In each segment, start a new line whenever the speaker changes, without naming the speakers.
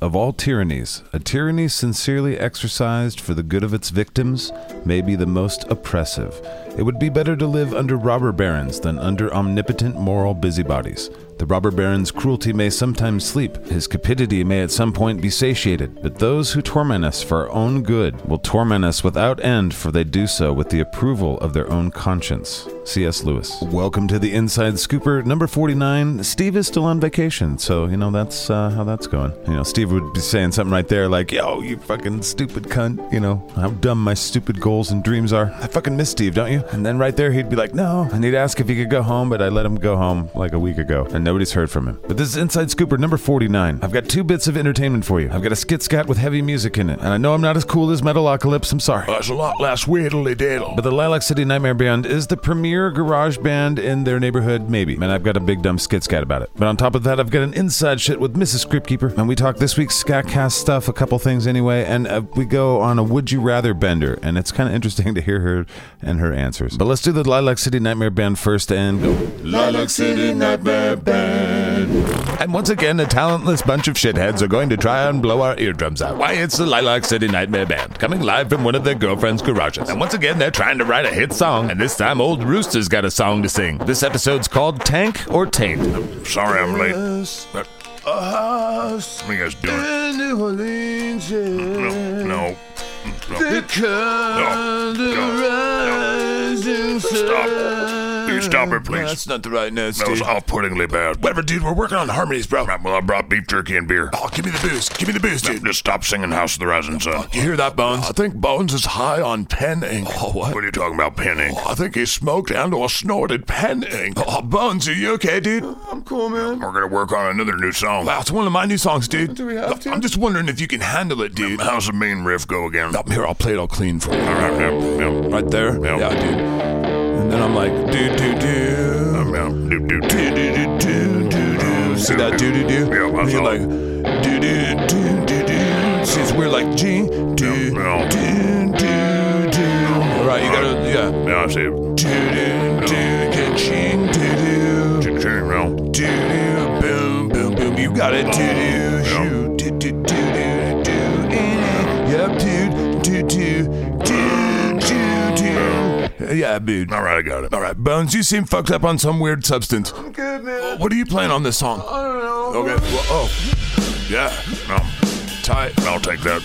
of all tyrannies, a tyranny sincerely exercised for the good of its victims may be the most oppressive. It would be better to live under robber barons than under omnipotent moral busybodies. The robber baron's cruelty may sometimes sleep, his cupidity may at some point be satiated, but those who torment us for our own good will torment us without end, for they do so with the approval of their own conscience. C.S. Lewis. Welcome to the Inside Scooper, number 49. Steve is still on vacation, so, you know, that's uh, how that's going. You know, Steve would be saying something right there like, yo, you fucking stupid cunt, you know, how dumb my stupid goals and dreams are. I fucking miss Steve, don't you? And then right there, he'd be like, no. And he'd ask if he could go home, but I let him go home like a week ago, and nobody's heard from him. But this is Inside Scooper number 49. I've got two bits of entertainment for you. I've got a skit scat with heavy music in it, and I know I'm not as cool as Metalocalypse, I'm sorry.
That's a lot less widdly diddle.
But the Lilac City Nightmare Band is the premier garage band in their neighborhood, maybe. And I've got a big dumb skit scat about it. But on top of that, I've got an inside shit with Mrs. Scriptkeeper, and we talk this week's Scatcast stuff, a couple things anyway, and uh, we go on a Would You Rather bender, and it's kind of interesting to hear her and her answers. But let's do the Lilac City Nightmare Band first and go.
Lilac City Nightmare Band.
And once again, a talentless bunch of shitheads are going to try and blow our eardrums out. Why, it's the Lilac City Nightmare Band, coming live from one of their girlfriend's garages. And once again, they're trying to write a hit song, and this time Old Rooster's got a song to sing. This episode's called Tank or Taint.
Sorry I'm late. But let me guys do it. No, no. no. Stop. You stop her, please.
not the right note,
That was off-puttingly bad.
Whatever, dude. We're working on harmonies, bro.
Right, Well, I brought beef jerky and beer.
Oh, give me the booze. Give me the booze, dude.
Just stop singing House of the Rising Sun.
You hear that, Bones?
I think Bones is high on pen ink.
Oh, what? Oh,
What are you talking about, pen ink?
I think he smoked and or snorted pen ink. Oh, Bones, are you okay, dude? I'm cool, man.
We're gonna work on another new song.
Wow, it's one of my new songs, dude.
Do we have to?
I'm just wondering if you can handle it, dude.
How's the mean riff go again?
Up here, I'll play it all clean for you.
All right, yep, yep,
Right there?
Yeah.
Yeah, dude. And then I'm like, do, do, do.
yep, do, do, do.
Do, do, do, do, do, do. See that do, do, do?
Yeah, I
And
saw
you're like, do, do, do, do, do. See, it's weird, like, G, do, do,
Yeah.
do, do. All right, you gotta, yeah.
Yeah, I see it.
Do do do ka-ching do do
Ching, ching, well.
do do boom boom boom you got it do do shoot do do do do do eh, yep dude do do do do do yeah dude
All right, I got it.
all right bones you seem fucked up on some weird substance I'm good man what are you playing on this song I don't know okay well, oh yeah
No,
tight
I'll take that.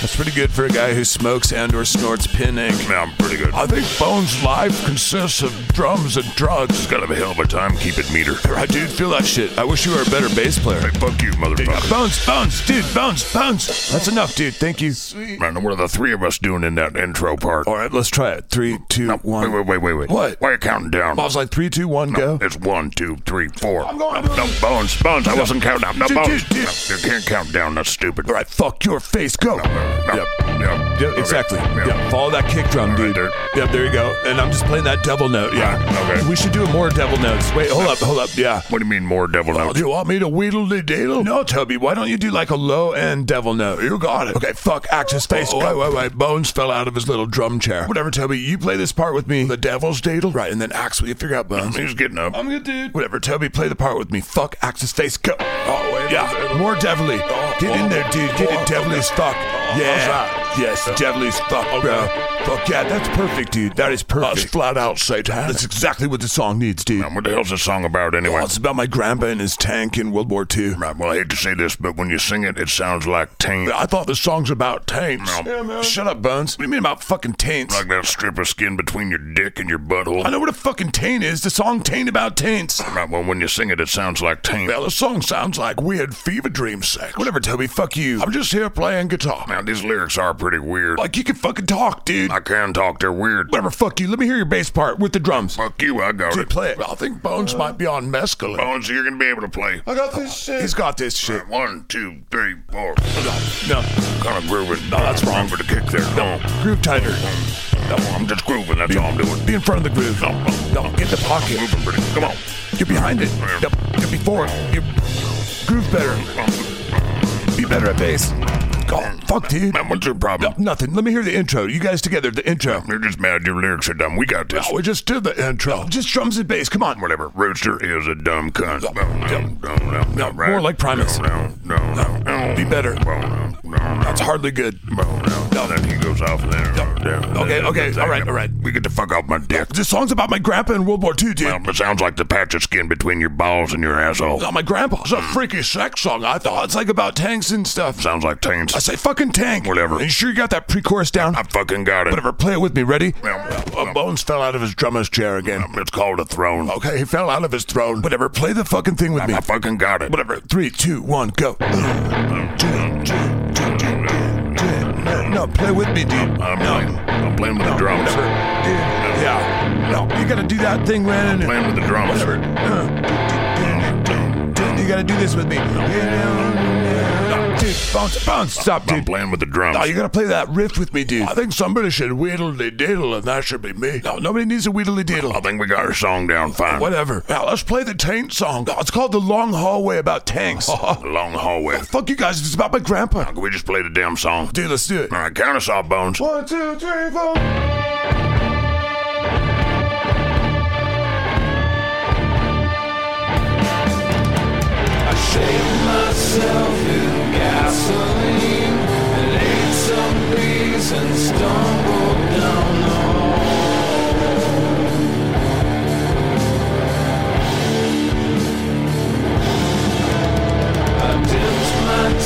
that's pretty good for a guy who smokes and or snorts pin ink
Yeah, I'm pretty good.
I think Bones' life consists of drums and drugs.
It's got to be a hell of a time keeping meter.
I do feel that shit. I wish you were a better bass player.
Hey, fuck you, motherfucker.
Bones, bones, dude, bones, bones. That's enough, dude. Thank you. Sweet.
Man, what are the three of us doing in that intro part?
All right, let's try it. Three, two, one.
Wait, wait, wait, wait, wait.
What?
Why are you counting down?
I was like, three, two, one, go.
It's one, two, three, four.
I'm going-
No, no bones, bones. I wasn't counting down. No
Dude,
bones.
dude, dude.
No, you can't count down. That's stupid.
All right, fuck your face, go.
No,
Yep.
no,
Yeah,
okay,
exactly.
yeah.
Yeah, follow that kick drum, dude.
there.
Yep, there you go. And I'm just playing that devil note. Yeah.
Right, okay.
We should do more devil notes. Wait, hold up, hold up. Yeah.
What do you mean more devil notes?
Do you want me to wheedle the diddle? No, Toby. Why don't you do like a low end devil note? You got it. Okay, fuck. Axe his face. Oh, wait, wait, wait. Bones fell out of his little drum chair. Whatever, Toby. You play this part with me. The devil's diddle. Right, and then Axe, will you figure out Bones?
He's getting up.
I'm good, dude. Whatever, Toby. Play the part with me. Fuck. Axe his face. Go. Oh, wait. Oh, Yeah. More devilly. Get in there, dude. Get in devil as fuck. Oh, Yeah. Yes, devil as fuck, bro. Fuck yeah, that's perfect, dude. That is perfect. That's flat out satanic. That's exactly what the song needs, dude.
What the hell's this song about anyway?
Well, it's about my grandpa and his tank in World War II.
Right, well, I hate to say this, but when you sing it, it sounds like taint.
I thought the song's about taints.
No. Yeah, man.
Shut up, Bones. What do you mean about fucking taints?
Like that strip of skin between your dick and your
I
butthole.
know what a fucking taint is. The song Taint About Taints.
Right, well, when you sing it, it sounds like taint.
Well, the song sounds like weird fever dream sex. Whatever, Toby, fuck you. I'm just here playing guitar.
Now, these lyrics are pretty weird.
Like, you can fucking talk, dude.
I can talk, they're weird.
Whatever, fuck you. Let me hear your bass part with the drums.
Fuck you, I got
Dude,
it.
play it. I think Bones might be on mescaline.
Bones, you're gonna be able to play.
I got this shit. He's got this shit.
One, two, three, four.
No,
Kind of grooving.
No, that's wrong.
for the kick there. No,
groove tighter.
no, I'm just grooving. That's all I'm doing.
Be in front of the groove.
No, no,
No, get the pocket.
moving pretty. Come on.
You're behind it. Yep. You're before it. You're groove better. Be better at bass. Oh, fuck, dude.
Man, what's your problem?
No, nothing. Let me hear the intro. You guys together, the intro.
You're just mad your lyrics are dumb. We got this.
We just did the intro. Just drums and bass. Come on.
Whatever. Rooster is a dumb cunt. No, no, no, no,
No,
right.
more like Primus.
No, no, no, no.
Be better.
That's
That's hardly good.
No, then he goes off there.
Okay, okay, all right, all right.
We get the fuck off my dick.
This song's about my grandpa in World War II, dude.
Well, it sounds like the patch of skin between your balls and your asshole.
Oh, my grandpa. It's a freaky sex song, I thought. It's like about tanks and stuff.
Sounds like taints.
I say fucking tank.
Whatever.
Are you sure you got that pre-chorus down?
I fucking got it.
Whatever, play it with me, ready?
Yeah.
Uh, Bones fell out of his drummer's chair again.
It's called a throne.
Okay, he fell out of his throne. Whatever, play the fucking thing with me.
I fucking got it.
Whatever. Three, two, one, go. No, no, play with me, dude.
I'm playing. I'm playing with the drums.
Yeah. No, you gotta do that thing, man.
I'm playing with the drums.
Whatever. Uh, You gotta do this with me. No, Dude, bounce, bounce, stop,
I'm
dude.
playing with the drums.
No, you gotta play that riff with me, dude. I think somebody should wheedledee diddle, and that should be me. No, nobody needs a wheedledee diddle.
I think we got our song down fine.
Whatever. Now let's play the Taint song. No, It's called The Long Hallway About Tanks.
The long hallway.
Fuck you guys, it's about my grandpa.
Can we just play the damn song?
Dude, let's do it.
All right, count us off, Bones.
One, two, three, four.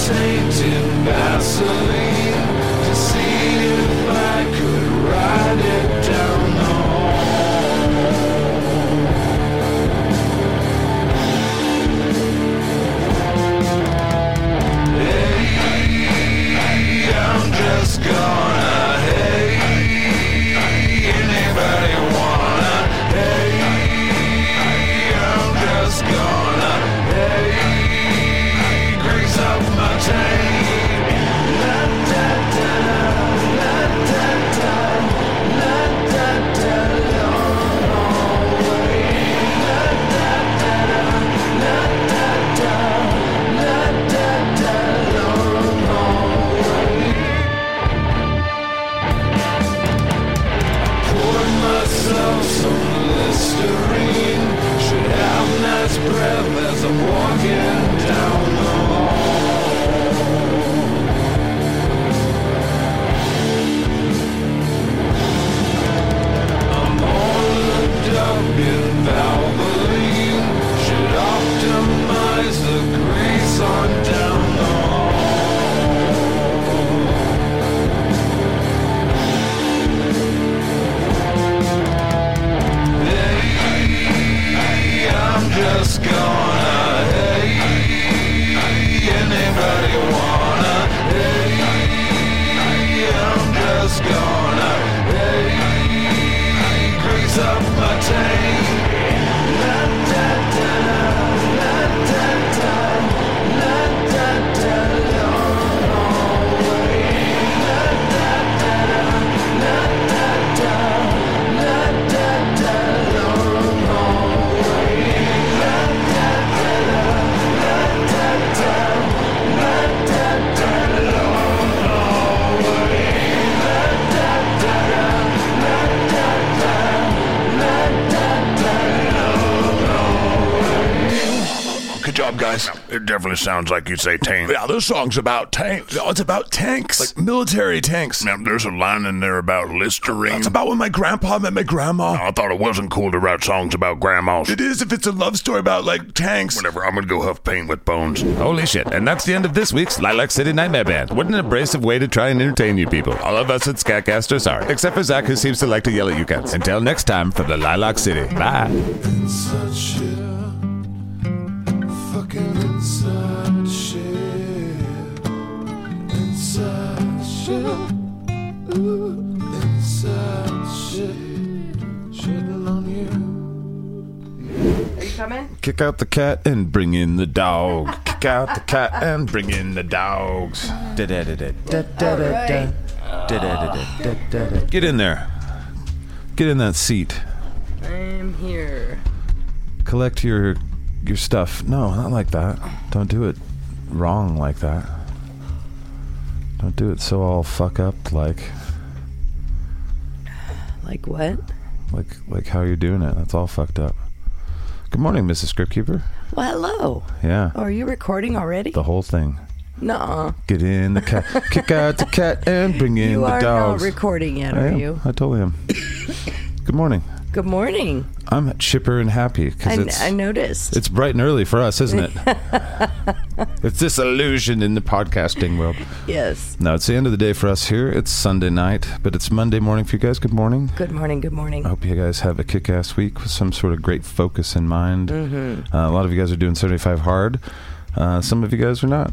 Tainted Vaseline to see if I could ride it down the Hey, I'm just gonna hey. Anybody wanna hey? I'm just gonna hey. Grease up my tank. La da da, la da da, la da da, long way. La da da da, la da da, la da da, long, long way. poured myself some Listerine. Should have nice breath as I'm walking down the hall. I'm all up in Valvoline. Should optimize the grease on down the hall. Hey, I'm just gonna hey, anybody wanna hey, I'm just gonna hey, grease up my tank. La da da, la da da, la da da, long, long way. La da da da, la da da, la da da, long, long way. La da da da, la da da, la da da, long, long way. La da da da, la da da, la da da, long.
Good job, guys.
It definitely sounds like you say taint.
Yeah, this song's about tanks. No, it's about tanks. Like military tanks.
Now, there's a line in there about Listerine.
It's about when my grandpa met my grandma.
I thought it wasn't cool to write songs about grandmas.
It is if it's a love story about like tanks.
Whatever, I'm gonna go huff paint with Bones.
Holy shit. And that's the end of this week's Lilac City Nightmare Band. What an abrasive way to try and entertain you people. All of us at Scatcast are sorry. Except for Zach, who seems to like to yell at you cats. Until next time from the Lilac City. Bye.
inside shit. Fucking inside shit. Inside shit. Ooh, inside shit. Shitting on you.
Are you coming?
Kick out the cat and bring in the dog. Kick out the cat and bring in the dogs. Get in there. Get in that seat.
I'm here.
Collect your your stuff. No, not like that. Don't do it wrong like that. Don't do it so all fuck up like
Like what?
like like how you're doing it. That's all fucked up. Good morning, Mrs. Scriptkeeper.
Well, hello.
Yeah.
Oh, are you recording already?
The whole thing.
No.
Get in the cat, kick out the cat, and bring in
You
the
are
dogs.
not recording yet,
I
are
am.
you?
I totally am. Good morning.
Good morning.
I'm chipper and happy
I,
because
n-
it's
I noticed.
it's bright and early for us, isn't it? it's this illusion in the podcasting world.
Yes.
No, it's the end of the day for us here. It's Sunday night, but it's Monday morning for you guys. Good morning.
Good morning. Good morning.
I hope you guys have a kick ass week with some sort of great focus in mind.
Mm-hmm.
Uh, a lot of you guys are doing 75 hard. Uh, some of you guys are not.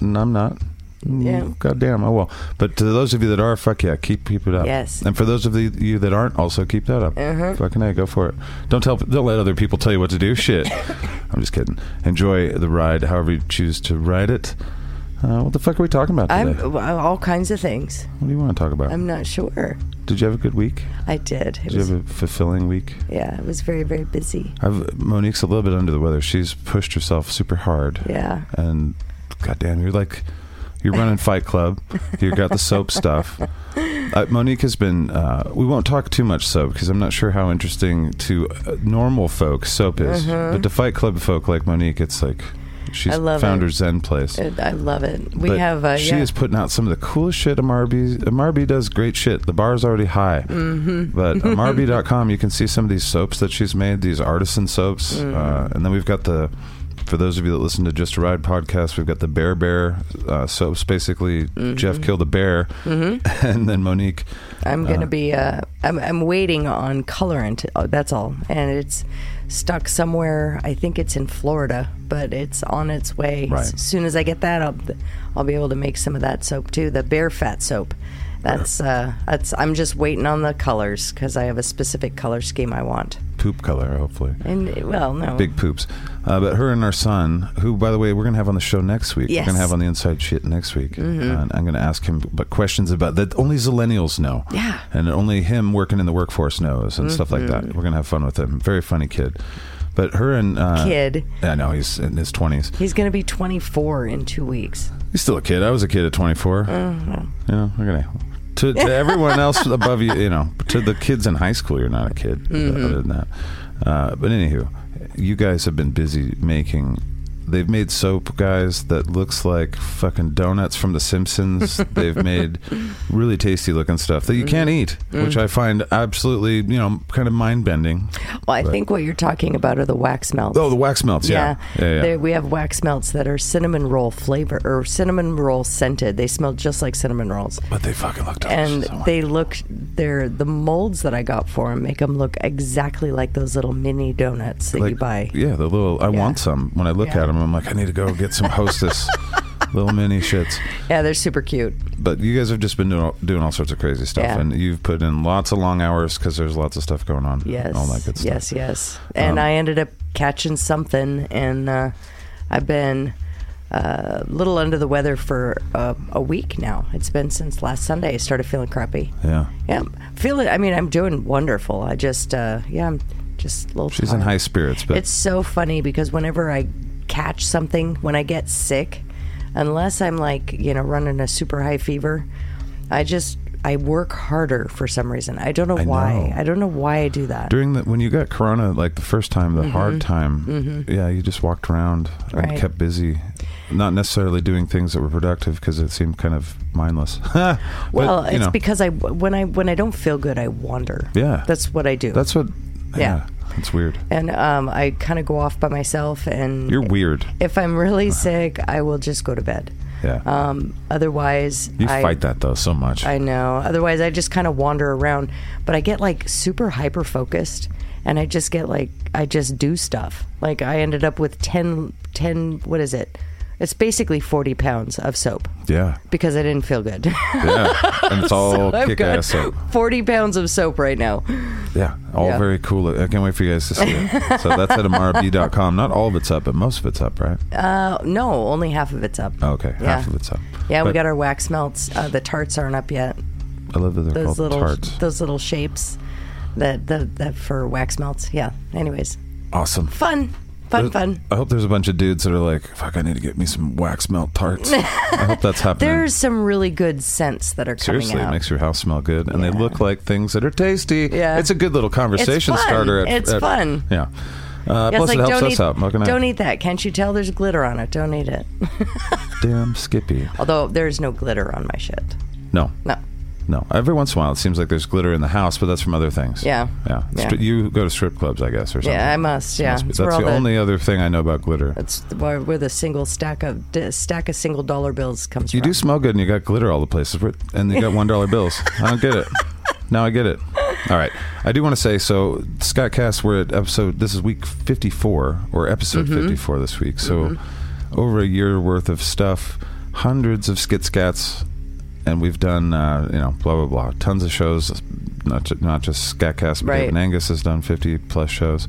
And I'm not. Mm,
Yeah.
God damn, I will. But to those of you that are, fuck yeah, keep, keep it up.
Yes.
And for those of the- you that aren't, also keep that up.
Uh-huh.
Fucking hey, go for it. Don't tell, don't let other people tell you what to do. Shit. I'm just kidding. Enjoy the ride, however you choose to ride it. Uh, what the fuck are we talking about
I'm
today?
well, all kinds of things.
What do you want to talk about?
I'm not sure.
Did you have a good week?
I did. It
Did you
was,
have a fulfilling week?
yeah, it was very, very busy.
I've Monique's a little bit under the weather. She's pushed herself super hard.
Yeah.
And goddamn, you're like you're running Fight Club. You got the soap stuff. Uh, Monique has been. Uh, we won't talk too much soap because I'm not sure how interesting to uh, normal folk soap is, but to Fight Club folk like Monique, it's like she's
I love
found
it.
her zen place.
It- I love it. We
But
have. Uh,
she
yeah.
is putting out some of the coolest shit. Amarby Amarby does great shit. The bar's already high, mm-hmm. but Amarby.com you can see some of these soaps that she's made, these artisan soaps,
Mm.
uh, and then we've got the. For those of you that listen to Just a Ride podcast, we've got the Bear Bear uh, soaps. Basically,
Mm-hmm.
Jeff killed a bear, and then Monique.
I'm
Uh-huh.
gonna be. Uh, I'm, I'm waiting on colorant. Oh, that's all, and it's stuck somewhere. I think it's in Florida, but it's on its way.
Right.
As soon as I get that, I'll I'll be able to make some of that soap too. The bear fat soap. That's uh, that's. I'm just waiting on the colors because I have a specific color scheme I want.
Poop color, hopefully.
And uh, well, no,
Big poops. Uh, but her and our son, who, by the way, we're going to have on the show next week. We're
Yes. Mm-hmm.
going to have on the inside shit next week. And I'm going to ask him but questions about that only Zillennials know.
Yeah. Mm-hmm.
And only him working in the workforce knows and stuff like that. We're going to have fun with him. Very funny kid. But her and. Uh,
kid.
I know, he's in his 20s.
He's gonna be 24 in two weeks.
He's still a kid. I was a kid at 24. You know, we're going to. To, to everyone else above you, you know, to the kids in high school, you're not a kid. Other than that, uh, but anywho, you guys have been busy making. They've made soap, guys, that looks like fucking donuts from The Simpsons. They've made really tasty looking stuff that you can't eat, which I find absolutely, you know, kind of mind bending.
Well, I think what you're talking about are the wax melts.
Oh, the wax melts, yeah, yeah, yeah.
There- we have wax melts that are cinnamon roll flavor or cinnamon roll scented. They smell just like cinnamon rolls,
but they fucking look delicious.
and
I want-
they look. They're the molds that I got for them make them look exactly like those little mini donuts that you buy.
Yeah, the little. I
Yeah.
want some. When I look at
Yeah.
at them, I'm like, I need to go get some Hostess little mini shits.
Yeah, they're super cute.
But you guys have just been doing all, doing all sorts of crazy stuff,
Yeah.
and you've put in lots of long hours because there's lots of stuff going on.
Yes,
all that Oh, good stuff.
yes, yes. And
Um,
I ended up catching something, and uh, I've been uh, a little under the weather for uh, a week now. It's been since last Sunday. I started feeling crappy.
Yeah.
Yeah, feel it. I mean, I'm doing wonderful. I just, uh, yeah, I'm just a little.
She's in
tired.
high spirits, but
Uh, It's so funny because whenever I catch something, when I get sick, unless I'm like you know running a super high fever, I just I work harder for some reason. I don't know why.
know.
I don't know why I do that.
during the when you got corona, like the first time, the hard time, yeah, you just walked around and
Mm-hmm. Right.
kept busy, not necessarily doing things that were productive because it seemed kind of mindless. But,
well,
you
it's
know,
because I when I when I don't feel good, I wander.
Yeah.
that's what I do.
that's what.
Yeah.
Yeah, it's weird.
and um, I kind of go off by myself. And
You're Uh-huh. weird.
if I'm really sick, I will just go to bed.
Yeah,
Um, otherwise,
you
I,
fight that though so much.
I know. Otherwise, I just kind of wander around. But I get like super hyper focused and I just get like, I just do stuff. Like, I ended up with 10, 10 what is it? It's basically 40 pounds of soap
yeah,
because I didn't feel good.
yeah, and it's all
I've
kick
got
ass up.
40 pounds of soap right now.
Yeah, all
Yeah.
very cool. I can't wait for you guys to see it. so that's at mrb.com. Not all of it's up, but most of it's up, right? Oh,
Uh, no, only half of it's up.
Okay, half
yeah.
of it's up.
Yeah, we
But
got our wax melts. Uh, the tarts aren't up yet.
I love that they're
Those
called
little
Oh, tarts.
those little shapes that, that, that for wax melts. Yeah. Anyways,
awesome.
fun. Fun,
There's-
fun.
I hope there's a bunch of dudes that are like, "Fuck, I need to get me some wax melt tarts." I hope that's happening.
There's some really good scents that are coming
Seriously, it
out.
makes your house smell good, and they look like things that are tasty.
Yeah.
it's a good little conversation
It's fun.
starter. At,
It's
at-
fun.
Yeah. Uh,
Yeah,
plus,
it's
it
like,
helps
don't
us
eat,
out. How can I-
Don't eat that. Can't you tell there's glitter on it? Don't eat it.
damn Skippy.
Although there's no glitter on my shit.
No,
No.
no. Every once in a while, it seems like there's glitter in the house, but that's from other things.
Yeah.
yeah.
Yeah.
Stri- you go to strip clubs, I guess, or something.
Yeah, I must. Yeah.
That's
It's where all
the
the-
only other thing I know about glitter.
That's where, where the single stack of di- stack of single dollar bills comes
You
from.
do smell good, and you got glitter all the places, but- and you got one dollar bills. I don't get it. Now I get it. All right, I do want to say so. Scott Cass, we're at episode. This is week fifty-four or episode fifty-four this week. So over a year worth of stuff, hundreds of skit scats, and we've done uh, you know blah blah blah, tons of shows. Not ju- not just Scat Cast, but
Right.
David Angus has done fifty plus shows.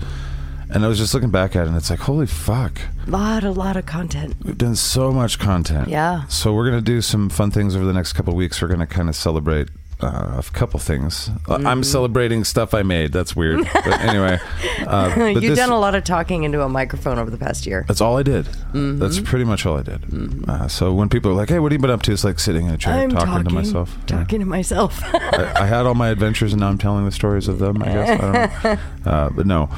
And I was just looking back at it, and it's like, holy fuck.
lot a lot of content.
We've done so much content.
Yeah.
So we're gonna do some fun things over the next couple of weeks. We're gonna kind of celebrate uh, a couple things. Uh,
Mm-hmm.
I'm celebrating stuff I made. That's weird. But anyway, uh, but
You've
this-
done a lot of talking into a microphone over the past year.
That's all I did.
Mm-hmm.
That's pretty much all I did. Uh, so when people are like, "Hey, what have you been up to?" It's like sitting in a chair
I'm
talking,
talking
to myself. Yeah.
Talking to myself.
I, I had all my adventures, and now I'm telling the stories of them. I guess. I don't know. Uh, but no.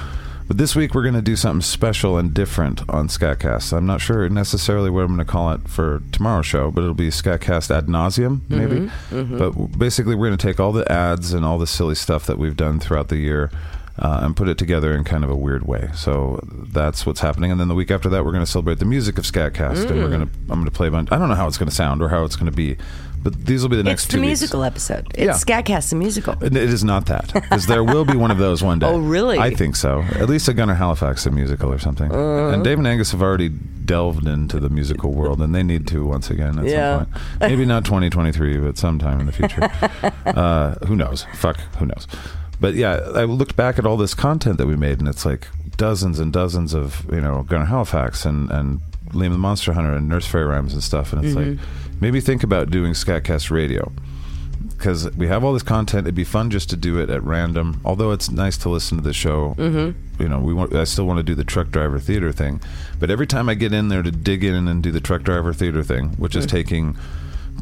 But this week we're going to do something special and different on Scatcast. I'm not sure necessarily what I'm going to call it for tomorrow's show, but it'll be Scatcast ad nauseum,
Mm-hmm,
maybe. But w- basically, we're going to take all the ads and all the silly stuff that we've done throughout the year uh, and put it together in kind of a weird way. So that's what's happening. And then the week after that, we're going to celebrate the music of Scatcast,
Mm.
and we're going to I'm going to play a bunch. I don't know how it's going to sound or how it's going to be, but these will be the next
it's
two
the
weeks.
musical episode.
Yeah.
It's Scatcast the musical.
It is not that, because there will be one of those one day.
Oh, really?
I think so. At least a Gunnar Halifax a musical or something.
Uh-huh.
And Dave and Angus have already delved into the musical world, and they need to once again at
Yeah.
some point. Maybe not 2023, but sometime in the future. uh, who knows? Fuck, who knows? But yeah, I looked back at all this content that we made, and it's like dozens and dozens of you know Gunnar Halifax and and Liam the Monster Hunter and Nurse Fairy Rhymes and stuff, and it's like
Mm-hmm.
maybe think about doing Scatcast Radio because we have all this content. It'd be fun just to do it at random. Although it's nice to listen to the show. Mm-hmm. You know, we want. I still want to do the truck driver theater thing, but every time I get in there to dig in and do the truck driver theater thing, which
Mm.
is taking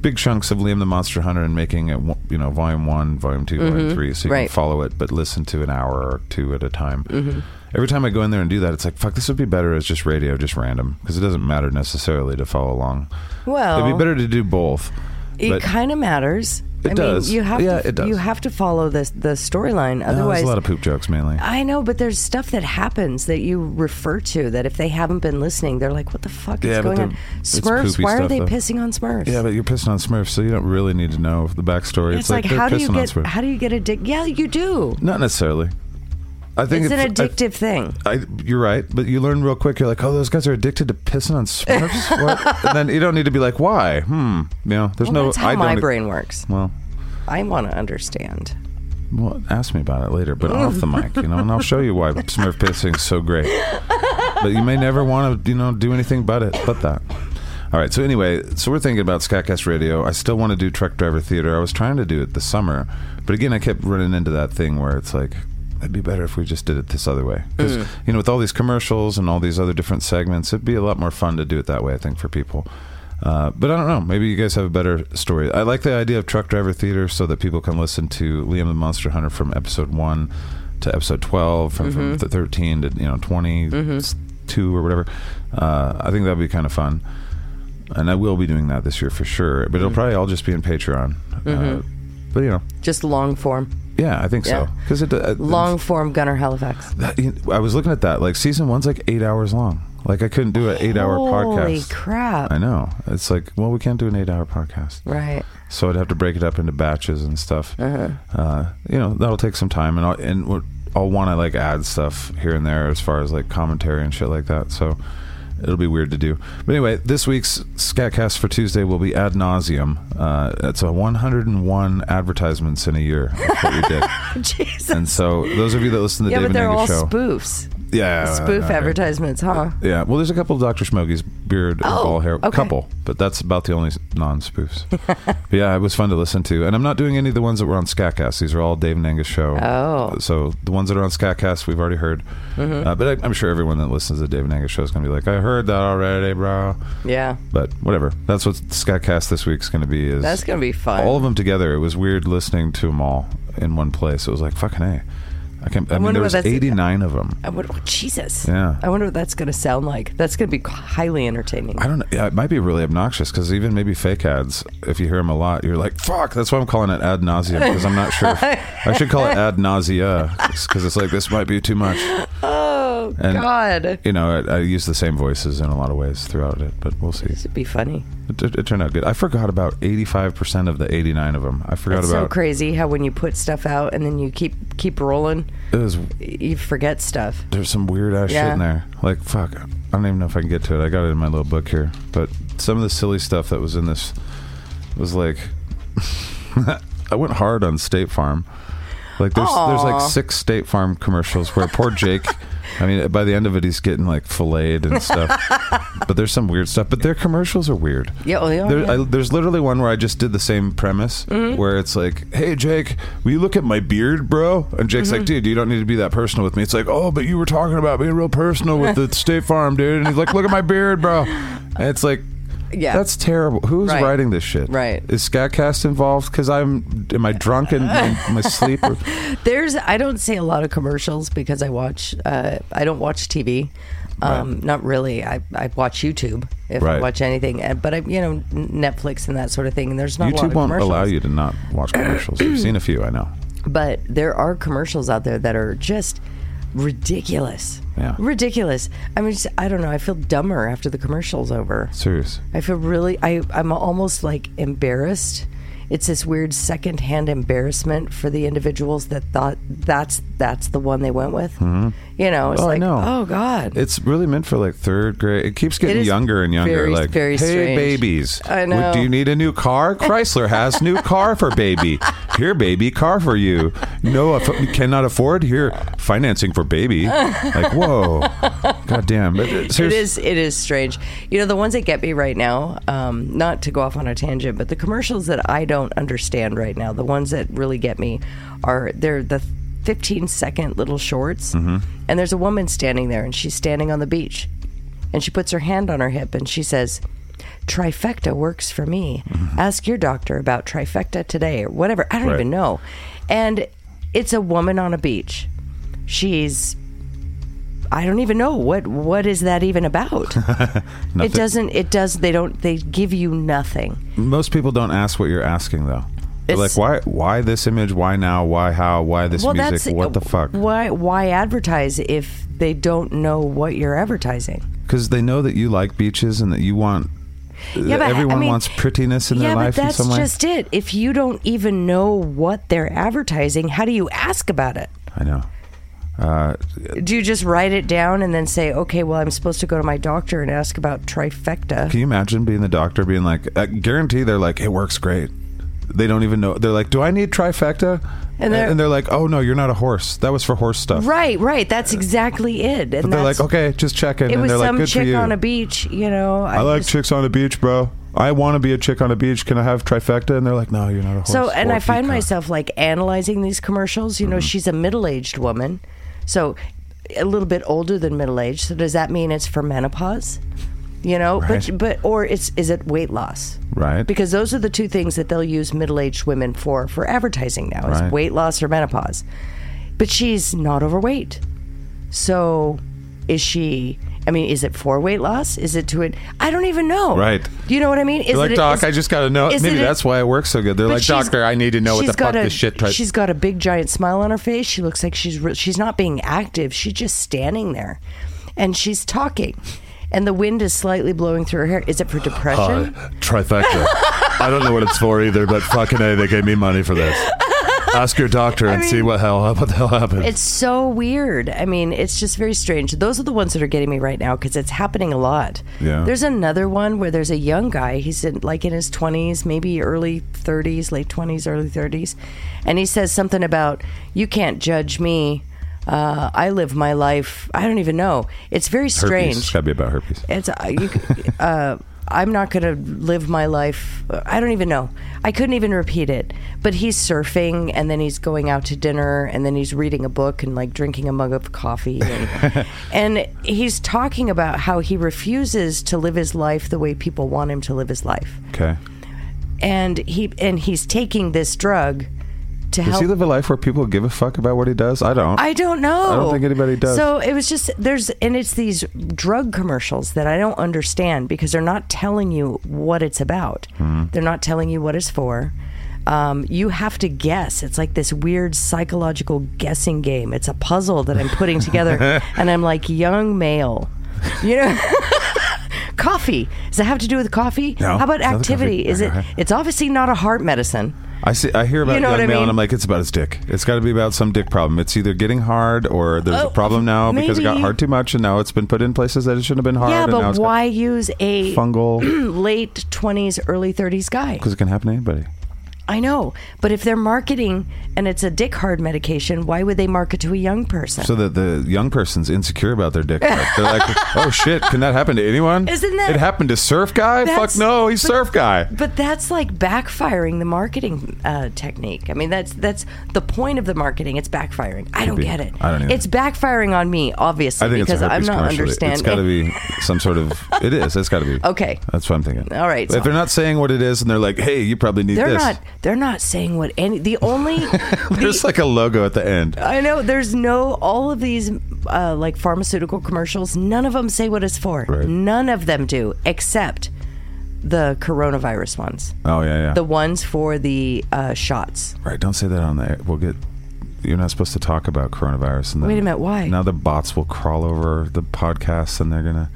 big chunks of Liam the Monster Hunter and making it, one- you know, volume one, volume 2 volume three, so you
Mm-hmm. Right. Mm-hmm.
can follow it, but listen to an hour or two at a time. Every time I go in there and do that, it's like, fuck, this would be better as just radio, just random, because it doesn't matter necessarily to follow along. It'd
Well,
be better to do both.
Oh. it
but-
kind of matters.
It
I
does.
Mean, you have
Yeah,
to,
it does.
You have to follow this the storyline.
No,
Otherwise,
Ah, there's a lot of poop jokes mainly.
I know, but there's stuff that happens that you refer to that if they haven't been listening, they're like, "What the fuck
Yeah,
is
but
going
they're-
on?"
it's
Smurfs.
poopy
Why are
stuff,
they
though.
pissing on Smurfs?
Yeah, but you're pissing on Smurfs, so you don't really need to know the backstory.
it's, like,
they're
how do you
pissing on
get
Smurfs.
how do you get addicted? Yeah, you do.
Not necessarily. I think
It's an
I-
addictive thing.
I, you're right, but you learn real quick. You're like, oh, those guys are addicted to pissing on Smurfs. what? And then you don't need to be like, why? Hmm. You know, there's
Well,
no.
that's how
I
my
don't, e-"
brain works.
Well,
I want to understand.
well, ask me about it later, but off the mic, you know, and I'll show you why Smurf pissing is so great. But you may never want to, you know, do anything but it, but that. All right. So anyway, so we're thinking about Scatcast Radio. I still want to do Truck Driver Theater. I was trying to do it this summer, but again, I kept running into that thing where it's like, it'd be better if we just did it this other way. 'Cause, you know, with all these commercials and all these other different segments, it'd be a lot more fun to do it that way. I think for people. Uh, but I don't know. Maybe you guys have a better story. I like the idea of truck driver theater so that people can listen to Liam the Monster Hunter from episode one to episode twelve, from,
Mm-hmm.
from th- thirteen to you know 20 s- two or whatever. Uh, I think that'd be kind of fun and I will be doing that this year for sure. But it'll
Mm-hmm.
probably all just be in Patreon. Uh, but you know,
Just long form,
yeah, I think so.
Mm-hmm. Yeah.
'Cause so because it uh,
long form Gunner Halifax.
that- you- I was looking at that. Like season one's like eight hours long. Like I couldn't do an eight-hour
Holy
podcast.
crap!
I know. It's like, well, we can't do an eight-hour podcast,
Right.
so I'd have to break it up into batches and stuff.
Uh-huh.
Uh, you know, that'll take some time, and I'll, and we're- I'll want to like add stuff here and there as far as like commentary and shit like that. So it'll be weird to do. But anyway, this week's Scatcast for Tuesday will be ad nauseum. Uh, it's a 101 advertisements in a year. That's what we did.
Jesus.
and so those of you that listen to the
Yeah,
David
but they're all
Angus show,
spoofs.
yeah,
Spoof
Uh, okay.
advertisements, huh?
Yeah, well, there's a couple of Dr. Smokey's beard and
Oh,
ball hair,
okay.
couple, but that's about the only non spoofs. yeah, it was fun to listen to, and I'm not doing any of the ones that were on Scatcast. These are all Dave and Angus show.
Oh. Mm-hmm.
so the ones that are on Scatcast we've already heard, uh, but I, I'm sure everyone that listens to Dave and Angus show is going to be like, I heard that already, bro.
Yeah.
But whatever, that's what Scatcast this week's going to be. Is
That's gonna be fun.
Oh. all of them together. It was weird listening to them all in one place. It was like fucking a. I can't. I, mean,
wonder
there
what
was
that's-
89 of them.
I would, oh, Jesus.
Yeah.
I wonder what that's going to sound like. That's going to be highly entertaining.
I don't know. Yeah, It might be really obnoxious because even maybe fake ads, if you hear them a lot, you're like, fuck. That's why I'm calling it ad nausea because I'm not sure. If, I should call it ad nausea because it's like, this might be too much.
Oh,
And-
God.
You know, I, I use the same voices in a lot of ways throughout it, but we'll see.
This would be funny.
It, it, it turned out good. I forgot about 85% of the 89 of them. I forgot
It's so
about
crazy how when you put stuff out and then you keep keep rolling,
it. Was,
you forget stuff.
there's some weird ass shit
Yeah.
in there. Like, fuck. I don't even know if I can get to it. I got it in my little book here. But some of the silly stuff that was in this was like, I went hard on State Farm. Like, there's, there's
Aw.
like six State Farm commercials where poor Jake. I mean, by the end of it, he's getting like filleted and stuff. but there's some weird stuff. But their commercials are weird.
Yeah, oh, yeah,
There,
yeah. Mm-hmm.
I, there's literally one where I just did the same premise where it's like, hey, Jake, will you look at my beard, bro? And Jake's
Mm-hmm.
like, dude, you don't need to be that personal with me. It's like, oh, but you were talking about being real personal with the State Farm, dude. And he's like, look at my beard, bro. And it's like,
Yeah.
That's terrible. Who's
Right.
writing this shit?
Right.
Is Scatcast involved? Because I'm, am I drunk in my, my sleep? Or,
There's I don't see a lot of commercials because I watch uh, I don't watch TV. Um, Not really. I, I watch YouTube if
Right.
I watch anything, And- but I you know Netflix and that sort of thing. And there's not a lot
YouTube
of
won't
commercials.
allow you to not watch commercials. You've seen a few, I know.
but there are commercials out there that are just ridiculous.
Yeah.
Ridiculous. I mean, just, I don't know. I feel dumber after the commercial's over.
Serious.
I feel really. I I'm almost like embarrassed. It's this weird secondhand embarrassment for the individuals that thought that's that's the one they went with. You know, it's
Oh, I
like,
know.
oh god,
It's really meant for like third grade. It keeps getting
is
younger and younger.
very-
like,
very
hey,
strange.
babies.
I
w-
know.
Do you need a new car? Chrysler has new car for baby. Here, baby, car for you. No, aff- you cannot afford. Here, financing for baby. Like, whoa, goddamn. But it,
it
seriously-
is it is strange. You know, the ones that get me right now. Um, not to go off on a tangent, but the commercials that I don't understand right now, the ones that really get me, are they're the 15 second little shorts,
Mm-hmm.
and there's a woman standing there, and she's standing on the beach, and she puts her hand on her hip, and she says. Trifecta works for me. Ask your doctor about trifecta today or whatever. I don't
Mm-hmm. Right.
even know. And it's a woman on a beach. She's I don't even know what what is that even about. it doesn't. It does. They don't. They give you nothing.
Most people don't ask what you're asking though. They're like,
It's-
why? Why this image? Why now? Why how? Why this
Well, that's
music? What the fuck?
Why why advertise if they don't know what you're advertising?
Because they know that you like beaches and that you want.
Yeah, but I- I
everyone
mean-
wants prettiness in
yeah,
their life
but that's
in some way.
just it. If you don't even know what they're advertising, how do you ask about it?
I know. Uh,
Do you just write it down and then say, okay, well, I'm supposed to go to my doctor and ask about trifecta?
Can you imagine being the doctor being like, I guarantee they're like, it works great. They don't even know. They're like, do I need trifecta? And
they're-
they're, and they're like, oh no, you're not a horse. That was for horse stuff.
Right, right. That's exactly it. And
But they're
that's,
like, okay, just checking.
It
and
was
they're
some
like, good for
chick
you.
on a beach, you know.
I like
just-
chicks on a beach, bro. I want to be a chick on a beach. Can I have trifecta? And they're like, no, you're not a horse.
So, and
or
I find
peacock." Mm-hmm.
myself like analyzing these commercials. You know, she's a middle aged woman. So, a little bit older than middle age. So, does that mean it's for menopause? You know,
Right.
but, but, or it's, is it weight loss?
Right.
Because those are the two things that they'll use middle aged women for, for advertising now
Right.
is weight loss or menopause. But she's not overweight. So, is she, I mean, is it for weight loss? Is it to it? I don't even know.
Right.
You know what I mean? Is
They're like,
it-
doc,
is-
I just got to know.
is
Maybe
it a-
that's why it works so good. They're
but
like,
she's-
doctor, I need to know what the
she's
fuck
got a-
this shit. Tri-
she's got a big giant smile on her face. She looks like she's re- she's not being active. She's just standing there, and she's talking, and the wind is slightly blowing through her hair. Is it for depression?
Trifecta. I don't know what it's for either, but fucking A, they gave me money for this. Ask your doctor and see what hell what the hell happened.
Mm.
It's so weird. I mean, it's just very strange. Those are the ones that are getting me right now because it's happening a lot.
Yeah.
There's another one where there's a young guy. He's in, like in his 20s, maybe early 30s, late 20s, early 30s, and he says something about you can't judge me. Uh, I live my life. I don't even know. It's very strange.
herpes. It's got to be about herpes.
It's uh, you, c- uh, I'm not going to live my life. I don't even know. I couldn't even repeat it. But he's surfing, and then he's going out to dinner, and then he's reading a book and like drinking a mug of coffee, and, and he's talking about how he refuses to live his life the way people want him to live his life
Okay.
and he and he's taking this drug to
Does
help
he live a life where people give a fuck about what he does? I don't.
I don't know.
I don't think anybody does.
So it was just there's and it's these drug commercials that I don't understand because they're not telling you what it's about.
Hmm.
They're not telling you what it's for. Um, you have to guess. It's like this weird psychological guessing game. It's a puzzle that I'm putting together, and I'm like young male, you know. coffee does it have to do with coffee?
No,
How about
it's not the
activity?
coffee.
Is it?
Okay.
It's obviously not a heart medicine.
I see. I hear about
You know
young
what I
male,
mean?
and I'm like, it's about his dick. It's got to be about some dick problem. It's either getting hard, or there's
Oh,
a problem now because it got
maybe.
hard too much, and now it's been put in places that it shouldn't have been hard.
yeah,
and Oh, now
but
it's got
why use a
fungal?
late 20s, early 30s guy.
Because it can happen to anybody.
I know, but if they're marketing and it's a dick hard medication, why would they market to a young person?
So that the young person's insecure about their dick. hard. They're like, oh shit, can that happen to anyone?
Isn't that-
It happened to surf guy. Fuck
That's-
no, he's
but-
surf guy.
but that's like backfiring the marketing uh, technique. I mean, that's that's the point of the marketing. It's backfiring. I don't
be.
get it.
I don't either.
It's backfiring on me, obviously,
I think
because
it's a
I'm
herpes
not
commercial.
understanding.
It's got to be some sort of. It is. It's got to be.
Okay.
That's what I'm thinking.
All right,
If
so-
they're not saying what it is, and they're like, "Hey, you probably need
they're
this,"
not. They're not saying what any. The only.
there's
the, Uh,
like a logo at the end.
I know. There's no. All of these, uh, like pharmaceutical commercials, none of them say what it's for.
Right.
None of them do, except the coronavirus ones.
Oh yeah, yeah.
the ones for the uh, shots.
Right, don't say that on the air. We'll get. You're not supposed to talk about coronavirus. And then
Wait a minute, why?
Now the bots will crawl over the podcast and they're gonna.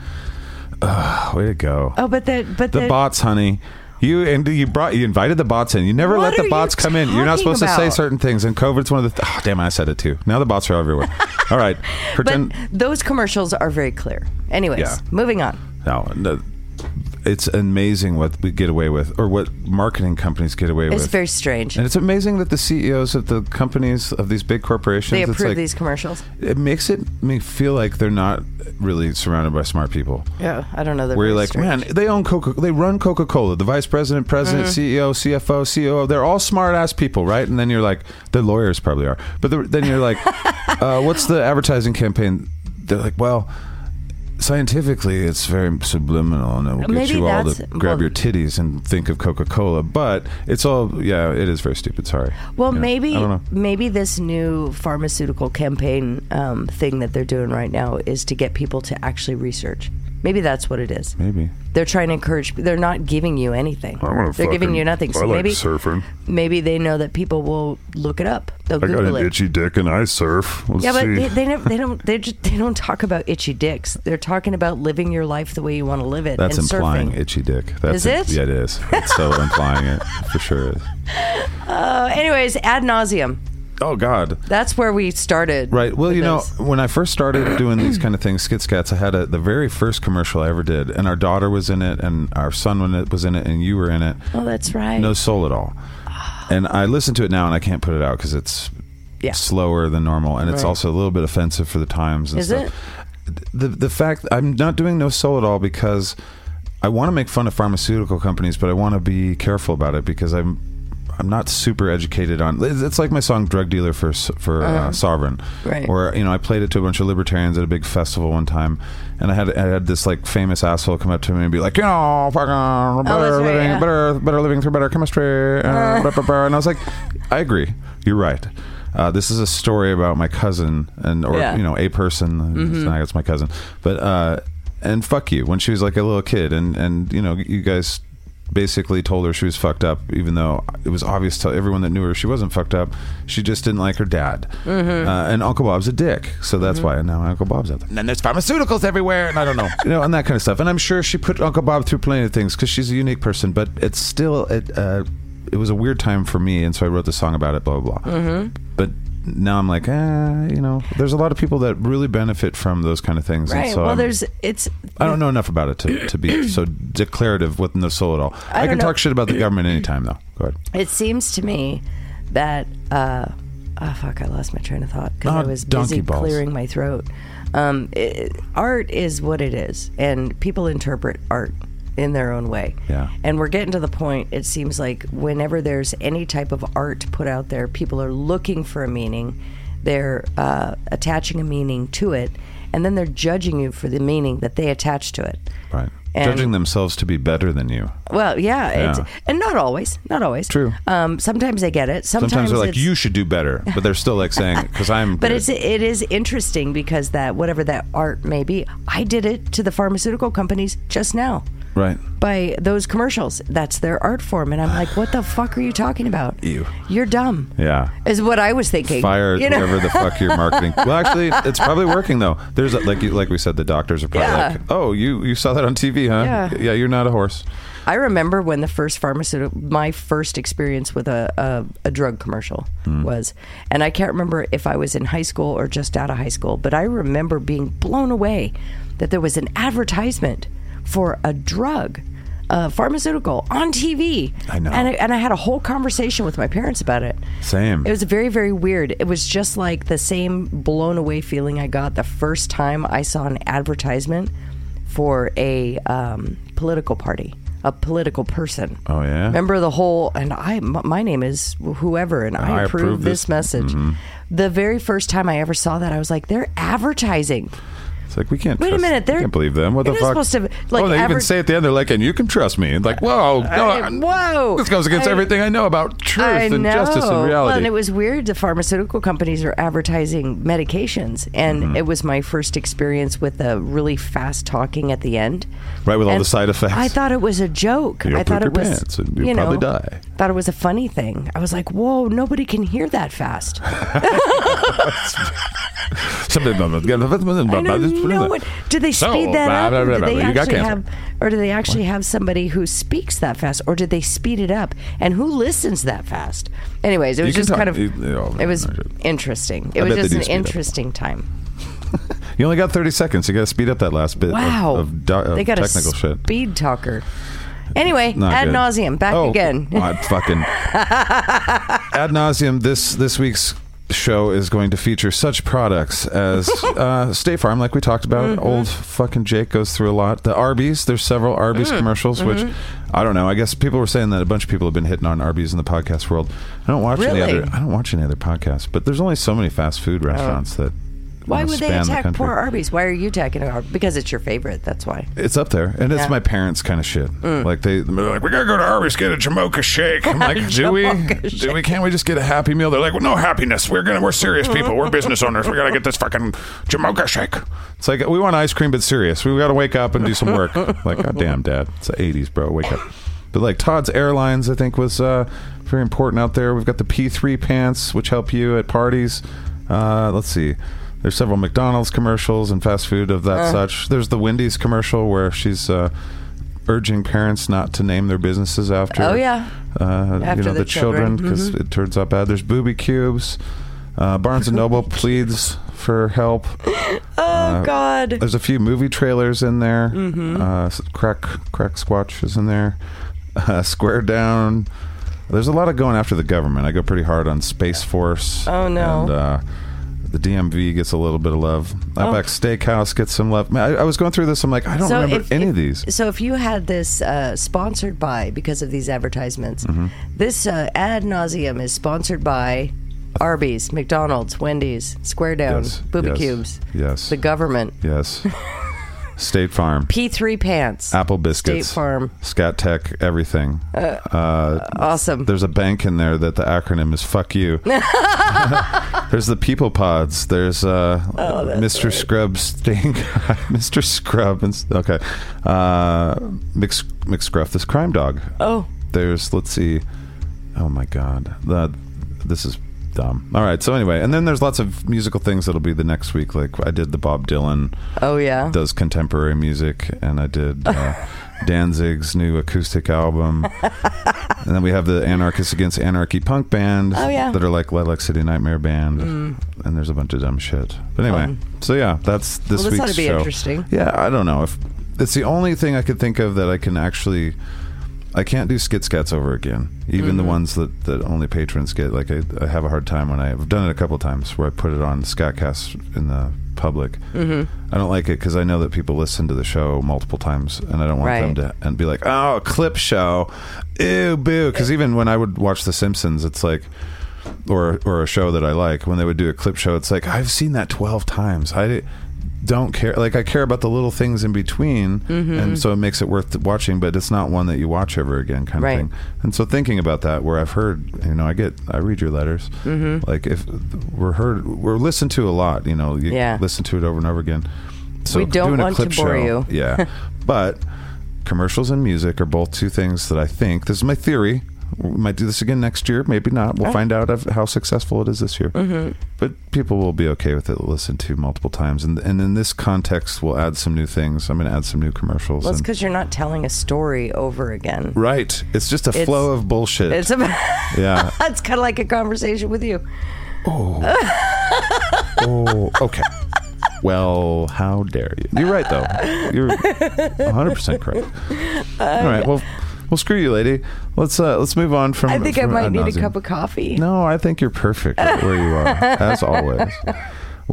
Ugh, way to go.
Oh, but that, but
the
that,
bots, honey. You and you brought you invited the bots in. You never
What
let
are
the
you
bots come in. You're not
talking
supposed to say
about?
certain things. And COVID's one of the. Th- oh, damn, I said it too. Now the bots are everywhere. All right,
but
pretend.
those commercials are very clear. Anyways,
Yeah.
moving on.
no, no, it's amazing what we get away with, or what marketing companies get away
It's
with.
very strange.
and it's amazing that the CEOs of the companies of these big corporations
They
it's
approve
like,
these commercials.
it makes it me feel like they're not really surrounded by smart people.
Yeah, I don't know. They're
Where you're
very
like,
strange.
man, they own Coca, they run Coca Cola. The vice president,
Mm-hmm.
president, E CEO, CFO, COO, they're all smart ass people, right? And then you're like, the lawyers probably are, but the, then you're like, uh, what's the advertising campaign? They're like, well. Scientifically, it's very subliminal, and it will get
Maybe
you all
that's-
to grab
well-
your titties and think of Coca Cola. But it's all, yeah, it is very stupid. Sorry.
Well,
You know,
maybe
I don't know.
maybe this new pharmaceutical campaign um, thing that they're doing right now is to get people to actually research. Maybe that's what it is.
Maybe.
They're trying to encourage. They're not giving you anything.
I wanna
They're giving
fucking-
you nothing. So
I like
maybe
surfing.
maybe they know that people will look it up. They'll
I got
Google
an
it.
itchy dick and I surf. Let's
Yeah, but
see.
they, they, never, they don't. They just they don't talk about itchy dicks. They're talking about living your life the way you want to live it.
That's
and
implying
surfing.
itchy dick. That's
Is it?
Yeah, it is. It's so implying it for sure. Is.
Uh, anyways, ad nauseum.
Oh God.
That's where we started.
Right. Well,
with
you know,
this.
when I first started doing these kind of things, skit scats, I had a, the very first commercial I ever did, and our daughter was in it, and our son when it was in it, and you were in it.
Oh, that's right.
No soul at all. And I listen to it now, and I can't put it out because it's
Yeah.
slower than normal, and it's
Right.
also a little bit offensive for the times. And
Is
stuff.
it?
the the fact I'm not doing no soul at all because I want to make fun of pharmaceutical companies, but I want to be careful about it because I'm I'm not super educated on. It's it's like my song "Drug Dealer" for S- for uh, Sovereign,
Uh-huh. Right.
Or you know, I played it to a bunch of libertarians at a big festival one time, and I had I had this like famous asshole come up to me and be like, you know, fucking better
Oh, that's right,
living,
yeah.
better better living through better chemistry, uh, blah, blah, blah. and I was like, I agree, you're right. Uh, this is a story about my cousin and or
Yeah.
you know know, a person. It's, not- it's my cousin, but uh, and fuck you when she was like a little kid, and and you know, you guys basically told her she was fucked up, even though it was obvious to everyone that knew her she wasn't fucked up. She just didn't like her dad, uh, and Uncle Bob's a dick, so that's why. And now Uncle Bob's out there, and then there's pharmaceuticals everywhere, and I don't know, you know, and that kind of stuff. And I'm sure she put Uncle Bob through plenty of things because she's a unique person, but it's still it. Uh, it was a weird time for me, and so I wrote the song about it. Blah blah blah.
Mm-hmm.
But now I'm like, eh, you know, there's a lot of people that really benefit from those kind of things.
right.
And so
well,
I'm-
there's it's.
I don't know enough about it to, to be so declarative with no soul at all. I,
don't
can
know.
talk shit about the government anytime, though. Go ahead.
It seems to me that uh, oh fuck, I lost my train of thought because
Ah,
I was
donkey
busy
balls.
clearing my throat. Um, i art is what it is, and people interpret art in their own way.
Yeah.
And we're getting to the point. It seems like whenever there's any type of art put out there, people are looking for a meaning. They're uh, attaching a meaning to it, and then they're judging you for the meaning that they attach to it.
Right.
And,
Judging themselves to be better than you.
Well, yeah,
Yeah.
It's, and not always, not always.
True.
Um, sometimes they get it. Sometimes,
Sometimes they're like,
it's-
you should do better, but they're still like saying, because I'm.
But
good."
it's it is interesting because that whatever that art may be, I did it to the pharmaceutical companies just now
Right.
by those commercials. That's their art form, and I'm like, what the fuck are you talking about? You, You're dumb.
Yeah.
Is what I was thinking.
Fire
you know?
whatever the fuck you're marketing. Well, actually, it's probably working though. There's a, like you, like we said, the doctors are probably
Yeah.
like, "Oh, you you saw that on TV, huh?
Yeah.
you're not a horse."
I remember when the first pharmaceutical, my first experience with a, a, a drug commercial
Hmm.
was, and I can't remember if I was in high school or just out of high school, but I remember being blown away that there was an advertisement for a drug. Uh, pharmaceutical on TV.
I know.
and I, and I had a whole conversation with my parents about it.
Same.
It was very, very weird. It was just like the same blown away feeling I got the first time I saw an advertisement for a um, political party, a political person.
oh yeah.
Remember the whole, and I, m- my name is whoever, and I,
I
approve,
approve
this,
this. Mm-hmm.
message. The very first time I ever saw that, I was like, they're advertising.
It's like we can't.
Wait a
trust-
minute,
we
they're-
can't believe them. What the
you're
fuck?
not supposed to, like,
oh, they even
adver-
say at the end, they're like, "And you can trust me." And like, whoa, no,
I- whoa.
This goes against
I-
everything I know about truth
I
and
know.
justice and
Well,
reality.
and it was weird. The pharmaceutical companies are advertising medications, and
Mm-hmm.
it was my first experience with the really fast talking at the end.
Right, with all
And
the side effects.
I thought it was a joke.
You'll
I thought
poop
it
your
was
pants and you'll
you know,
probably die.
Thought it was a funny thing. I was like, "Whoa, nobody can hear that fast."
Something about-
I don't know what. Do they
So,
speed that
blah,
up?
blah,
or
blah,
do
blah,
they
you got
actually
cancer.
have, or do they actually have somebody who speaks that fast, or do they speed it up? And who listens that fast? Anyways, it
You
was
can
just
talk-
kind of.
you- you know,
it was
I should-
interesting. It
I
was
bet they
just
do
an
speed up.
interesting time.
You only got 30 seconds. You got to speed up that last bit of-
Wow,
of, do- of
they got
technical
a
shit.
speed talker. Anyway,
Not
ad
good.
nauseum. Back
Oh,
again.
God, fucking ad nauseum. This this week's show is going to feature such products as uh, State Farm, like we talked about.
Mm-hmm.
Old fucking Jake goes through a lot. The Arby's. There's several Arby's
Mm-hmm.
commercials, which I don't know. I guess people were saying that a bunch of people have been hitting on Arby's in the podcast world. I don't watch any
Really? Oh.
other. I don't watch any other podcasts, but there's only so many fast food restaurants that.
Why
wanna
would they
span the
attack
country.
poor Arby's? Why are you attacking Arby's? Because it's your favorite. That's why.
It's up there, and it's
Yeah. Mm.
my parents' kind of shit. Like they, they're like, we gotta go to Arby's get a Jamocha shake. I'm like, do we?
Jamocha
Do we? Can't we just get a Happy Meal? They're like, well, no happiness. We're gonna, we're serious people. We're business owners. We gotta get this fucking Jamocha shake. It's like we want ice cream, but serious. We gotta wake up and do some work. like, goddamn, Dad, it's the '80s, bro. Wake up. But like Todd's Airlines, I think was uh, very important out there. We've got the P3 pants, which help you at parties. Uh, let's see. There's several McDonald's commercials and fast food of
Uh.
that such. There's the Wendy's commercial where she's uh, urging parents not to name their businesses after.
Oh, yeah.
uh,
After
you know
the
the, children
children. Mm-hmm.
because it turns out bad. There's booby cubes. Uh, Barnes and Noble pleads for help. Uh,
Oh God.
There's a few movie trailers in there.
Mm-hmm.
Uh, s- crack Crack Squatch is in there. Uh, Square Down. There's a lot of going after the government. I go pretty hard on Space Force.
Oh, no.
And uh, the DMV gets a little bit of love.
Oh.
Outback Steakhouse gets some love. Man, I, I was going through this. I'm like, I don't remember
if-
any of
if-
these.
So if you had this uh, sponsored by because of these advertisements,
Mm-hmm.
this uh, ad nauseum is sponsored by Arby's, McDonald's, Wendy's, Square Down,
Yes,
Booby
yes,
Cubes,
Yes.
the government,
yes. State Farm.
P3 Pants,
Apple biscuits,
State Farm. Uh,
Scat Tech, everything. Uh,
awesome.
There's a bank in there that the acronym is "fuck you." There's the People Pods. There's uh, Mr. Scrub Stain Guy, Mr. Scrub, and s- okay, uh, Mix McScruff, this crime dog.
Oh.
There's let's see. Oh my god, that this is dumb. All right, so anyway, and then there's lots of musical things that'll be the next week. Like I did the Bob Dylan
Oh yeah.
does contemporary music, and I did uh, Danzig's new acoustic album. and then we have the Anarchists Against Anarchy punk band
Oh, yeah. Mm.
that are like Lilac City Nightmare Band, and there's a bunch of dumb shit. But anyway, so yeah, that's this
Well, this
week's
ought to be
show.
interesting.
Yeah, I don't know if it's the only thing I could think of that I can actually. I can't do skit scats over again. Even the ones that, that only patrons get. Like I, I have a hard time when I, I've done it a couple times where I put it on Scatcast in the public. Mm-hmm. I don't like it because I know that people listen to the show multiple times, and I don't want them
Right.
to and be like, oh, clip show, ew, boo. Because even when I would watch The Simpsons, it's like or or a show that I like, when they would do a clip show, it's like I've seen that twelve times. I don't care. Like I care about the little things in between,
Mm-hmm.
and so it makes it worth watching. But it's not one that you watch ever again, kind
Right.
of thing. And so thinking about that, where I've heard, you know, I get, I read your letters.
Mm-hmm.
Like if we're heard, we're listened to a lot. You know, you
Yeah.
listen to it over and over again. So
We don't
doing a
want to
clip
bore
show,
you.
yeah, but commercials and music are both two things that I think. This is my theory. We might do this again next year, maybe not.
Oh.
We'll find out of how successful it is this year.
Mm-hmm.
But people will be okay with it. Listen to multiple times, and and in this context, we'll add some new things. I'm going to add some new commercials.
Well, it's
and-
because you're not telling a story over again.
right, it's just a
It's-
flow of bullshit.
It's a,
yeah.
it's kind of like a conversation with you.
oh, okay. Well, how dare you? You're right though. You're 100 percent correct. All right. Well, well, screw you, lady. Let's uh let's move on from.
I think I
from
might
ad
need a
nauseam.
cup of coffee.
No, I think you're perfect right where you are, as always. Well,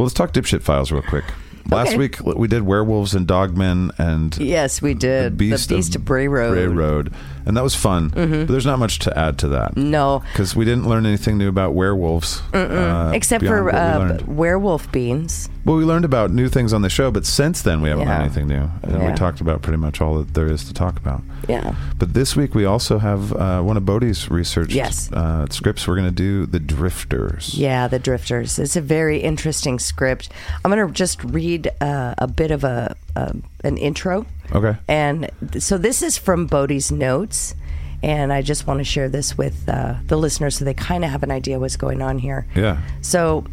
let's talk dipshit files real quick. Last
Okay.
week we did werewolves and dogmen and
Yes, we
the
did.
beast,
the Beast of, Bray Road. Mm-hmm.
Bray Road, and that was fun. But there's not much to add to that
No,
because we didn't learn anything new about werewolves, uh,
except
beyond
for
what we
uh,
learned.
werewolf beans.
Well, we learned about new things on the show, but since then we haven't
Yeah.
learned anything new, and we
Yeah.
talked about pretty much all that there is to talk about.
Yeah.
But this week we also have uh, one of Bodhi's research
Yes.
uh, scripts. We're going to do the Drifters.
Yeah, The Drifters. It's a very interesting script. I'm going to just read uh, a bit of a um an intro.
Okay.
And th- so this is from Bodhi's notes. And I just want to share this with uh, the listeners so they kind of have an idea what's going on here.
Yeah.
So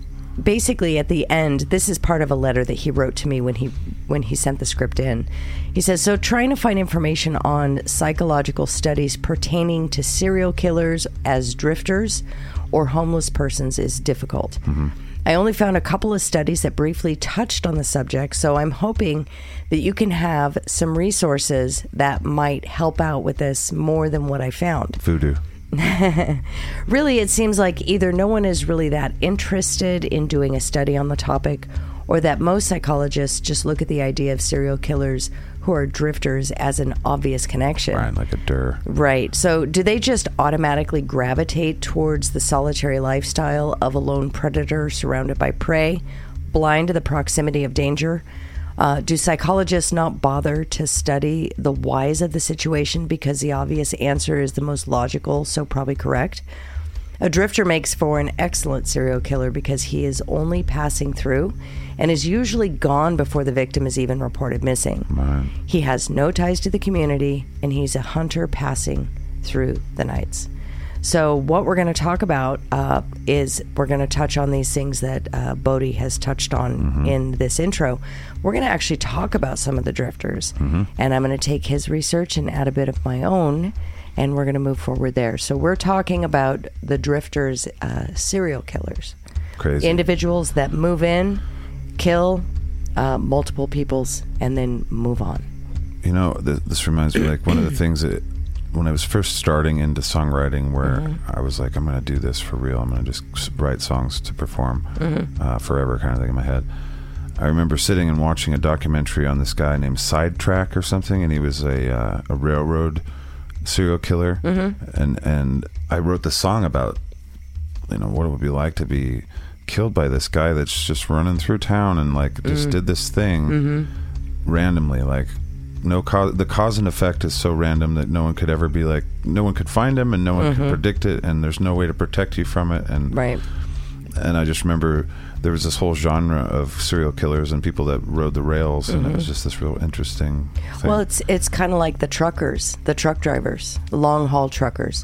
basically at the end this is part of a letter that he wrote to me when he when he sent the script in he says so trying to find information on psychological studies pertaining to serial killers as drifters or homeless persons is difficult i only found a couple of studies that briefly touched on the subject so i'm hoping that you can have some resources that might help out with this more than what i found
Voodoo.
really, it seems like either no one is really that interested in doing a study on the topic, or that most psychologists just look at the idea of serial killers who are drifters as an obvious connection.
Brian, like a dir.
Right. So, do they just automatically gravitate towards the solitary lifestyle of a lone predator surrounded by prey, blind to the proximity of danger? Uh, do psychologists not bother to study the whys of the situation because the obvious answer is the most logical, so probably correct? A drifter makes for an excellent serial killer because he is only passing through and is usually gone before the victim is even reported missing. He has no ties to the community and he's a hunter passing through the nights. So, what we're going to talk about uh, is we're going to touch on these things that uh, Bodhi has touched on in this intro. We're going to actually talk about some of the drifters, and I'm going to take his research and add a bit of my own, and we're going to move forward there. So, we're talking about the drifters, uh, serial killers,
Crazy.
individuals that move in, kill uh, multiple peoples, and then move on.
you know, th- this reminds me like one of the things that when I was first starting into songwriting, where
Mm-hmm.
I was like, I'm going to do this for real. I'm going to just s- write songs to perform
Mm-hmm.
uh, forever, kind of thing in my head. I remember sitting and watching a documentary on this guy named Sidetrack or something, and he was a uh, a railroad serial killer, and and I wrote the song about you know what it would be like to be killed by this guy that's just running through town and like just did this thing randomly like no cause the cause and effect is so random that no one could ever be like no one could find him and no one could predict it and there's no way to protect you from it and
Right.
and I just remember there was this whole genre of serial killers and people that rode the rails and it was just this real interesting thing.
Mm-hmm. Well, it's it's kind of like the truckers, the truck drivers, long haul truckers.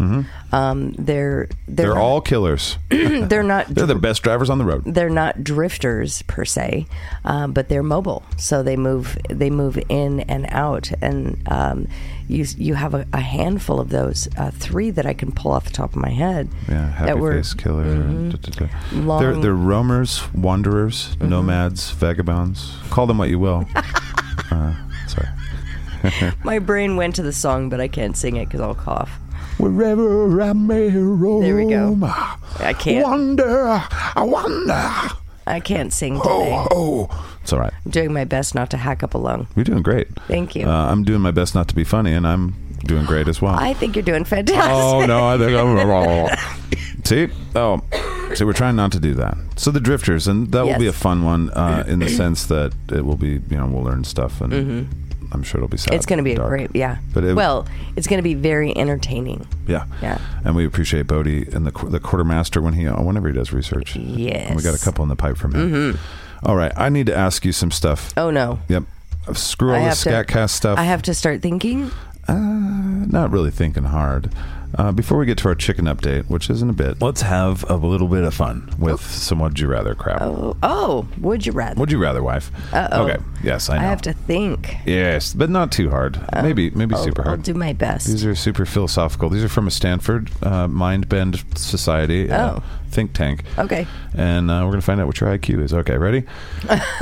Um, they're they're,
Mm-hmm. they're
not-
all killers
they're not
they're the best drivers on the road
they're not drifters per se, um, but they're mobile, so they move they move in and out, and um, you you have a, a handful of those uh, three that I can pull off the top of my head.
yeah happy
that were Mm-hmm.
face killer da, da, da.
Long-
They're, they're roamers wanderers
Mm-hmm.
nomads vagabonds call them what you will uh, sorry
my brain went to the song, but I can't sing it because I'll cough.
Wherever I may roam,
There we
Oh
go. I can't
Wonder, I wonder.
I can't sing today.
oh, it's all right.
I'm doing my best not to hack up a lung.
You're doing great.
Thank you.
Uh, I'm doing my best not to be funny, and I'm doing great as well.
I think you're doing fantastic.
oh no, I think I'm. See, oh, So we're trying not to do that. So the drifters, and that will be a
Yes.
fun one uh, in the sense that it will be, you know, we'll learn stuff, and I'm sure it'll be sad.
Mm-hmm. It's going to be
and
a
dark.
great, yeah.
But it-
well, it's going to be very entertaining.
yeah,
Yeah.
And we appreciate Bodie and the qu- the quartermaster when he uh, whenever he does research. and we got a
Yes. Mm-hmm.
couple in the pipe from him. All right, I need to ask you some stuff.
Oh no,
Yep. Screw all
I
the
have to-
Scatcast stuff.
I have to start thinking.
not really thinking hard. Uh, before we get to our chicken update, which isn't a bit, let's have a little bit of fun with some would you rather crap.
Oh, oh would you rather?
Would you rather, wife?
Uh-oh.
Okay. Yes, I
I
know.
have to think.
Yes, but not too hard. maybe, maybe super
I'll
hard.
do my best.
These are super philosophical. These are from a Stanford uh, mind bend society uh,
Oh.
think tank.
Okay.
And uh, we're going to find out what your IQ is. Okay, ready? if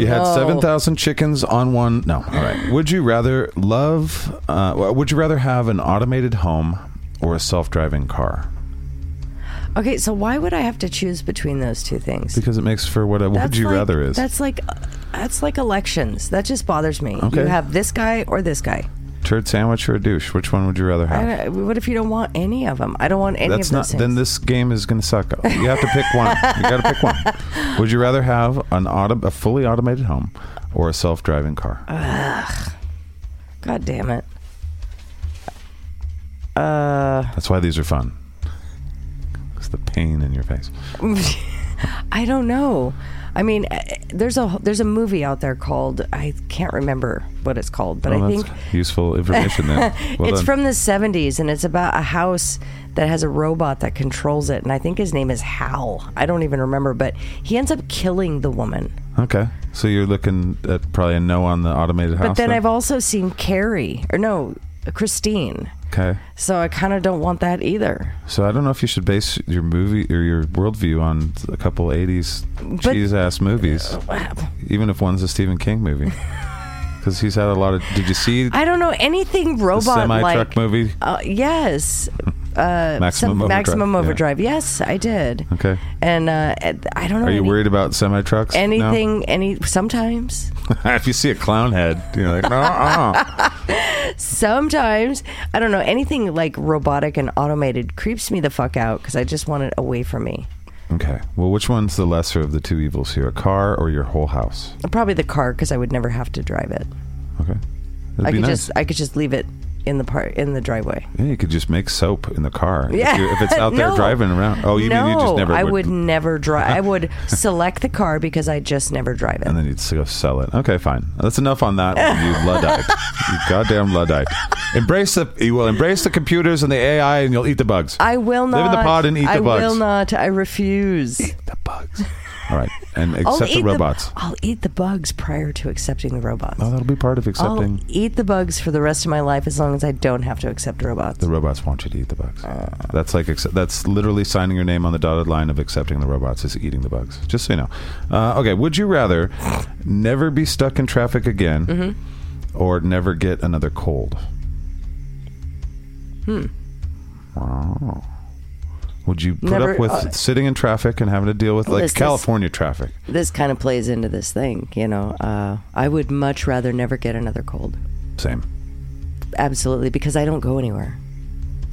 you had
Oh, no.
7,000 chickens on one. No, all right. Would you rather love, uh, well, would you rather have an automated home or a self driving car?
Okay, so why would I have to choose between those two things?
Because it makes for what a
That's
would you
like-
rather is.
That's like that's like elections. That just bothers me.
Okay.
You have this guy or this guy.
Turd sandwich or a douche? Which one would you rather have?
I, what if you don't want any of them? I don't want any
That's
of those
not.
things.
Then this game is going to suck. You have to pick one. You got to pick one. Would you rather have an auto, a fully automated home, or a self-driving car?
God damn it.
That's why these are fun. It's the pain in your face.
I don't know. I mean, eh, there's a there's a movie out there called I can't remember what it's called, but I
Well,
think
Oh, that's useful information. Then Well
it's
done.
from the 70s and it's about a house that has a robot that controls it and I think his name is Hal. I don't even remember, but he ends up killing the woman.
Okay, so you're looking at probably a no on the automated house.
But then I've also seen Carrie or no, Christine.
okay.
So I kind of don't want that either.
So I don't know if you should base your movie or your worldview on a couple '80s cheese-ass movies, even if one's a Stephen King movie. Because he's had a lot of. Did you see
I don't know anything
the
robot
semi truck
like.
movie?
Uh, yes,
Maximum
some
Overdrive.
maximum
Yeah.
overdrive. Yes, I did.
Okay.
And uh, I don't know.
Are you
any-
worried about semi trucks?
anything? Any sometimes,
if you see a clown head, you're like, no. uh-uh."
sometimes I don't know anything like robotic and automated creeps me the fuck out because I just want it away from me.
Okay. Well, which one's the lesser of the two evils here? A car or your whole house?
Probably the car because I would never have to drive it.
Okay. That'd
I
be
could
nice.
just I could just leave it in the part in the driveway.
yeah, you could just make soap in the car. If
Yeah.
you- If, it's out there
No.
driving around. Oh, you
no,
mean you just never
I
would.
would never drive. I would select the car because I just never drive it.
And then you'd s- go sell it. Okay, fine. That's enough on that one, you Luddite. You goddamn Luddite. Embrace the, you will embrace the computers and the AI and you'll eat the bugs.
I will not.
Live in the pod and eat
I
the bugs.
will not. I refuse.
The bugs. All right. And
I'll
accept
eat
the robots.
I'll eat the bugs prior to accepting the robots.
Oh, that'll be part of accepting.
I'll eat the bugs for the rest of my life as long as I don't have to accept robots.
The robots want you to eat the bugs. that's like acce- that's literally signing your name on the dotted line of accepting the robots is eating the bugs. Just so you know. Uh, okay, would you rather never be stuck in traffic again,
Mm-hmm.
or never get another cold? Hmm.
Hmm.
Wow. Would you put
Never-
up with
uh,
sitting in traffic and having to deal with like
This- this-
California traffic?
This kind of plays into this thing, you know. Uh, I would much rather never get another cold.
Same.
Absolutely, because I don't go anywhere.